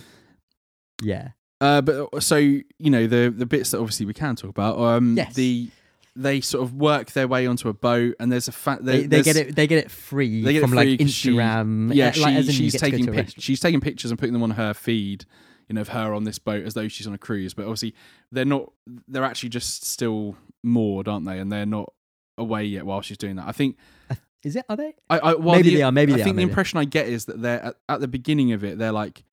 Speaker 1: yeah
Speaker 2: Uh, but so you know the the bits that obviously we can talk about. Um,
Speaker 1: Yes.
Speaker 2: the they sort of work their way onto a boat, and there's a fact
Speaker 1: they, they get it they get it free
Speaker 2: they get it
Speaker 1: from like
Speaker 2: free 'cause she-
Speaker 1: instagram
Speaker 2: Yeah,
Speaker 1: uh, like, as
Speaker 2: she,
Speaker 1: in you
Speaker 2: she's
Speaker 1: get to go
Speaker 2: taking
Speaker 1: to a
Speaker 2: pic-
Speaker 1: restaurant.
Speaker 2: she's taking pictures and putting them on her feed, you know, of her on this boat as though she's on a cruise. But obviously they're not. They're actually just still moored, aren't they? And they're not away yet while she's doing that. I think
Speaker 1: is it are they
Speaker 2: I, I while
Speaker 1: Maybe
Speaker 2: the-
Speaker 1: they are, maybe
Speaker 2: I
Speaker 1: they are,
Speaker 2: think the
Speaker 1: maybe.
Speaker 2: impression I get is that they're at, at the beginning of it. They're like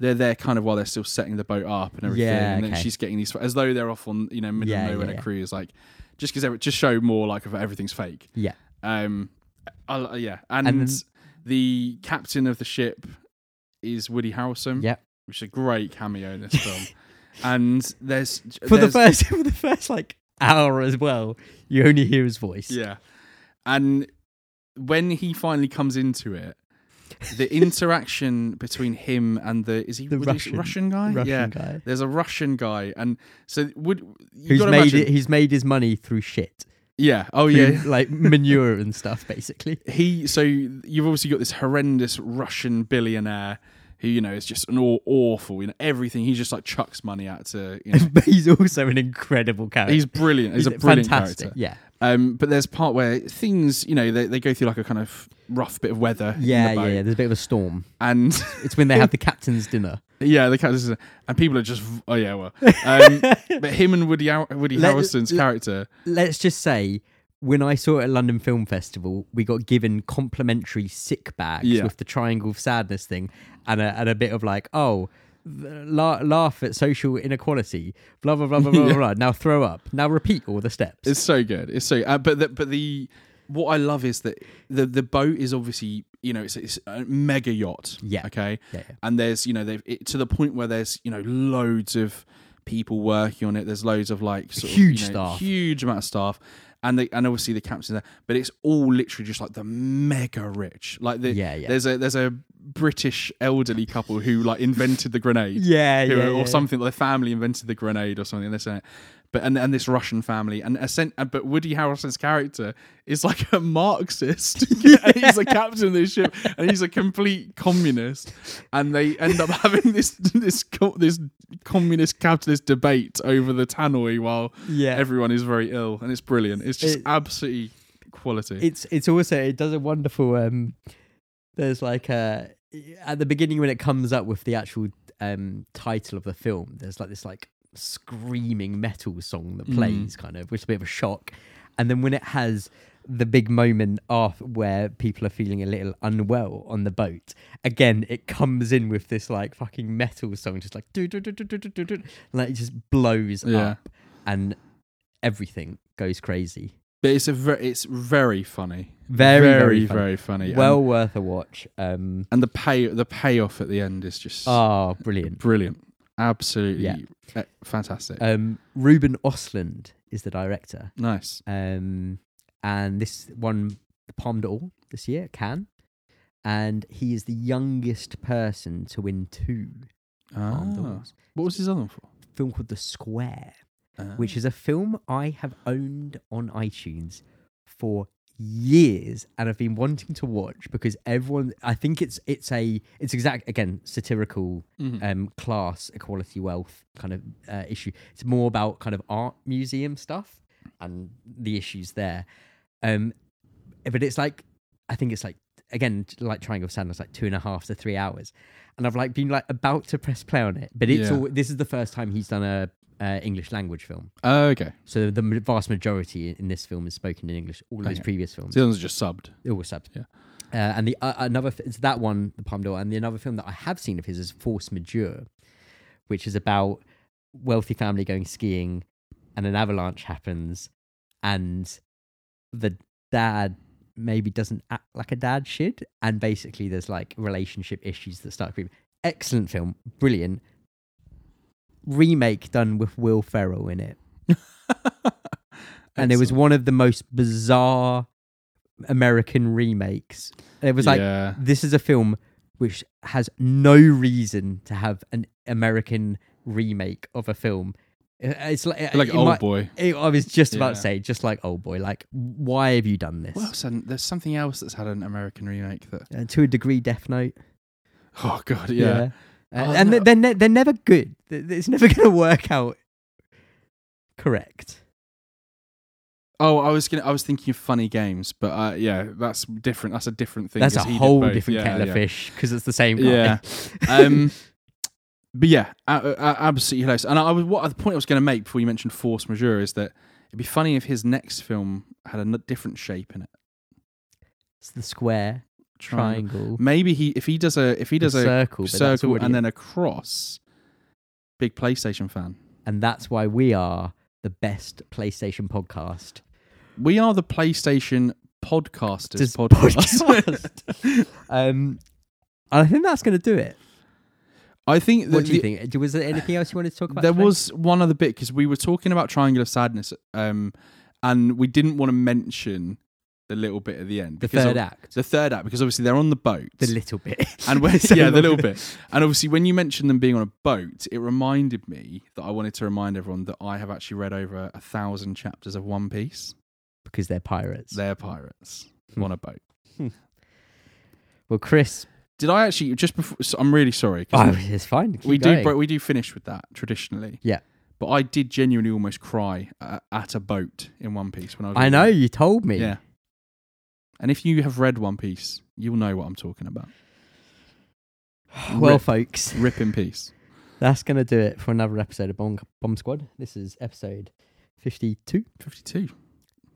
Speaker 2: they're there kind of while they're still setting the boat up and everything,
Speaker 1: Yeah,
Speaker 2: and then
Speaker 1: okay.
Speaker 2: she's getting these as though they're off on you know middle
Speaker 1: Yeah,
Speaker 2: of nowhere
Speaker 1: yeah,
Speaker 2: on
Speaker 1: yeah.
Speaker 2: a cruise, like just because just show more like of everything's fake.
Speaker 1: yeah
Speaker 2: Um, I'll, yeah, and,
Speaker 1: then-
Speaker 2: the captain of the ship is Woody Harrelson,
Speaker 1: yeah
Speaker 2: which is a great cameo in this film. And there's
Speaker 1: for the
Speaker 2: there's-
Speaker 1: first for the first like hour as well, you only hear his voice.
Speaker 2: Yeah. And when he finally comes into it, the interaction between him and the is he
Speaker 1: The
Speaker 2: was he
Speaker 1: Russian-
Speaker 2: Russian guy?
Speaker 1: Russian
Speaker 2: yeah.
Speaker 1: guy.
Speaker 2: There's a Russian guy and so would you
Speaker 1: Who's
Speaker 2: gotta
Speaker 1: made
Speaker 2: imagine-
Speaker 1: it, he's made his money through shit.
Speaker 2: Yeah. Oh
Speaker 1: Through,
Speaker 2: yeah.
Speaker 1: like manure and stuff basically.
Speaker 2: he so you've obviously got this horrendous Russian billionaire who you know is just an aw- awful you know everything he just like chucks money out to you know.
Speaker 1: but he's also an incredible character.
Speaker 2: he's brilliant he's, a brilliant
Speaker 1: fantastic.
Speaker 2: character
Speaker 1: Yeah.
Speaker 2: um but there's part where things you know they, they go through like a kind of rough bit of weather in
Speaker 1: Yeah,
Speaker 2: the
Speaker 1: yeah,
Speaker 2: boat,
Speaker 1: yeah. There's a bit of a storm.
Speaker 2: and
Speaker 1: It's when they have the captain's dinner.
Speaker 2: yeah the characters and people are just oh yeah well um but him and Woody Har- Woody
Speaker 1: Let-
Speaker 2: Harrelson's character
Speaker 1: Let's just say, when I saw it at London Film Festival, we got given complimentary sick bags
Speaker 2: Yeah.
Speaker 1: with the triangle of sadness thing and a, and a bit of like, oh, th- la- laugh at social inequality, blah, blah, blah, blah, blah, blah. Now throw up. Now repeat all the steps.
Speaker 2: It's so good. It's so. Uh, but the, but the what I love is that the the boat is obviously you know it's it's a mega yacht.
Speaker 1: Yeah.
Speaker 2: Okay.
Speaker 1: Yeah, yeah.
Speaker 2: And there's you know they've it, to the point where there's you know loads of people working on it. There's loads of like sort
Speaker 1: Huge
Speaker 2: of, you know,
Speaker 1: staff.
Speaker 2: huge amount of staff. And they, and obviously the captain there, but it's all literally just like the mega rich. Like the,
Speaker 1: Yeah, yeah.
Speaker 2: there's a there's a British elderly couple who like invented the grenade
Speaker 1: yeah, yeah,
Speaker 2: who-
Speaker 1: yeah,
Speaker 2: or
Speaker 1: yeah.
Speaker 2: something. Their family invented the grenade or something. They're saying, but and and this Russian family and ascent, but Woody Harrelson's character is like a Marxist. And he's a captain of this ship, and he's a complete communist. And they end up having this this co- this communist capitalist debate over the tannoy while
Speaker 1: Yeah.
Speaker 2: everyone is very ill, and it's brilliant. It's just
Speaker 1: It-
Speaker 2: absolutely quality.
Speaker 1: it's it's also it does a wonderful um there's like a at the beginning when it comes up with the actual um title of the film there's like this like screaming metal song
Speaker 2: Mm.
Speaker 1: that plays kind of which is a bit of a shock and then when it has the big moment off where people are feeling a little unwell on the boat again it comes in with this like fucking metal song just like do do do do do do do do and, like it just blows
Speaker 2: Yeah.
Speaker 1: up and everything goes crazy
Speaker 2: but it's a ver- it's very funny.
Speaker 1: very very,
Speaker 2: very,
Speaker 1: funny.
Speaker 2: very funny. And-
Speaker 1: Well worth a watch. Um,
Speaker 2: and the pay the payoff at the end is just
Speaker 1: ah, brilliant.
Speaker 2: brilliant, absolutely
Speaker 1: Yeah.
Speaker 2: eh, fantastic,
Speaker 1: Um, Ruben Ostlund is the director,
Speaker 2: nice.
Speaker 1: um, and this won the Palme d'Or this year, Cannes, and he is the youngest person to win two Palme
Speaker 2: Ah.
Speaker 1: d'Ors.
Speaker 2: What was his other one for?
Speaker 1: A film called The Square,
Speaker 2: Ah.
Speaker 1: which is a film I have owned on iTunes for years and I've been wanting to watch because everyone I think it's it's a it's exact again satirical
Speaker 2: Mhm.
Speaker 1: um, class equality wealth kind of uh, issue. It's more about kind of art museum stuff and the issues there. Um, but it's like I think it's like again like Triangle of Sadness, like two and a half to three hours, and I've like been like about to press play on it, but it's
Speaker 2: Yeah.
Speaker 1: all this is the first time he's done a uh, English language film.
Speaker 2: Oh, okay,
Speaker 1: So the m- vast majority in this film is spoken in English. All of his
Speaker 2: Okay.
Speaker 1: previous films
Speaker 2: so the other one's just subbed.
Speaker 1: all were subbed.
Speaker 2: Yeah.
Speaker 1: Uh, and the uh, another f- it's that one, the Palme d'Or, and the another film that I have seen of his is Force Majeure, which is about wealthy family going skiing, and an avalanche happens, and the dad maybe doesn't act like a dad should, and basically there's like relationship issues that start creeping. Excellent film, brilliant. Remake done with Will Ferrell in it and it was one of the most bizarre American remakes. It was like
Speaker 2: yeah.
Speaker 1: this is a film which has no reason to have an American remake of a film. It- It's like
Speaker 2: like
Speaker 1: uh, it
Speaker 2: old
Speaker 1: might-
Speaker 2: boy.
Speaker 1: it- I was just about to
Speaker 2: Yeah.
Speaker 1: say, just like old boy. Like, why have you done this?
Speaker 2: What else? hadn't- There's something else that's had an American remake that.
Speaker 1: Uh, to a degree, Death Note.
Speaker 2: Oh God, yeah.
Speaker 1: Uh,
Speaker 2: Oh,
Speaker 1: and
Speaker 2: no.
Speaker 1: they're ne- they're never good. Th- th- It's never going to work out. Correct.
Speaker 2: Oh, I was gonna. I was thinking of funny games, but uh, yeah, that's different. That's a different thing.
Speaker 1: That's a
Speaker 2: 'cause he did
Speaker 1: whole
Speaker 2: both.
Speaker 1: different
Speaker 2: Yeah,
Speaker 1: kettle
Speaker 2: yeah.
Speaker 1: of fish because it's the same guy.
Speaker 2: Yeah. um, but yeah, a- a- absolutely hilarious. And I was what the point I was going to make before you mentioned force majeure is that it'd be funny if his next film had a n- different shape in it.
Speaker 1: It's the square,
Speaker 2: Triangle.
Speaker 1: triangle,
Speaker 2: Maybe he if he does a if he does a
Speaker 1: circle, but that's
Speaker 2: circle
Speaker 1: already
Speaker 2: and
Speaker 1: it.
Speaker 2: then a cross. Big PlayStation fan.
Speaker 1: and that's why we are the best PlayStation podcast.
Speaker 2: We are the PlayStation podcasters
Speaker 1: Just
Speaker 2: podcast.
Speaker 1: podcast. um, and I think that's going to do it.
Speaker 2: I think that
Speaker 1: What do you
Speaker 2: the-
Speaker 1: think? Uh, Was there anything else you wanted to talk about?
Speaker 2: there
Speaker 1: today?
Speaker 2: was one other bit because we were talking about Triangle of Sadness, um, and we didn't want to mention the little bit at the end.
Speaker 1: the
Speaker 2: because
Speaker 1: third
Speaker 2: of-
Speaker 1: act,
Speaker 2: The third act, because obviously they're on the boat.
Speaker 1: the little bit,
Speaker 2: and when,
Speaker 1: So-
Speaker 2: yeah, the little bit. And obviously, when you mentioned them being on a boat, it reminded me that I wanted to remind everyone that I have actually read over a thousand chapters of One Piece.
Speaker 1: because they're pirates.
Speaker 2: They're pirates
Speaker 1: Hmm.
Speaker 2: on a boat.
Speaker 1: well, Chris,
Speaker 2: Did I actually just before? So I'm really sorry. 'cause
Speaker 1: oh, it's fine. Keep
Speaker 2: we do
Speaker 1: going.
Speaker 2: bro, we do finish with that traditionally.
Speaker 1: Yeah.
Speaker 2: But I did genuinely almost cry at, at a boat in One Piece when I was.
Speaker 1: I
Speaker 2: reading
Speaker 1: know
Speaker 2: it.
Speaker 1: you told me.
Speaker 2: Yeah. And if you have read One Piece, you'll know what I'm talking about.
Speaker 1: Well,
Speaker 2: Rip.
Speaker 1: folks,
Speaker 2: Rip in peace.
Speaker 1: that's gonna do it for another episode of Bomb, Bomb Squad. This is episode fifty-two.
Speaker 2: 52.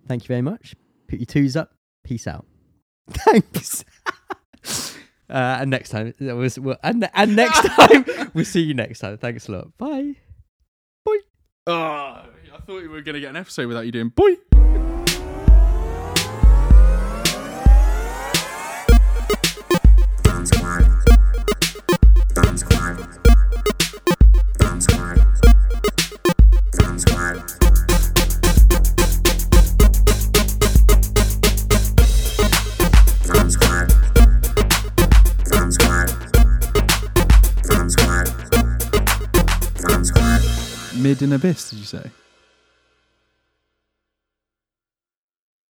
Speaker 1: Thank you very much. Put your twos up. Peace out. Thanks. uh, and next time, that was, well, and, and next time, we'll see you next time. Thanks a lot. Bye.
Speaker 2: Oh, I thought we were going to get an episode without you doing boy. Mid and abyss, did you say?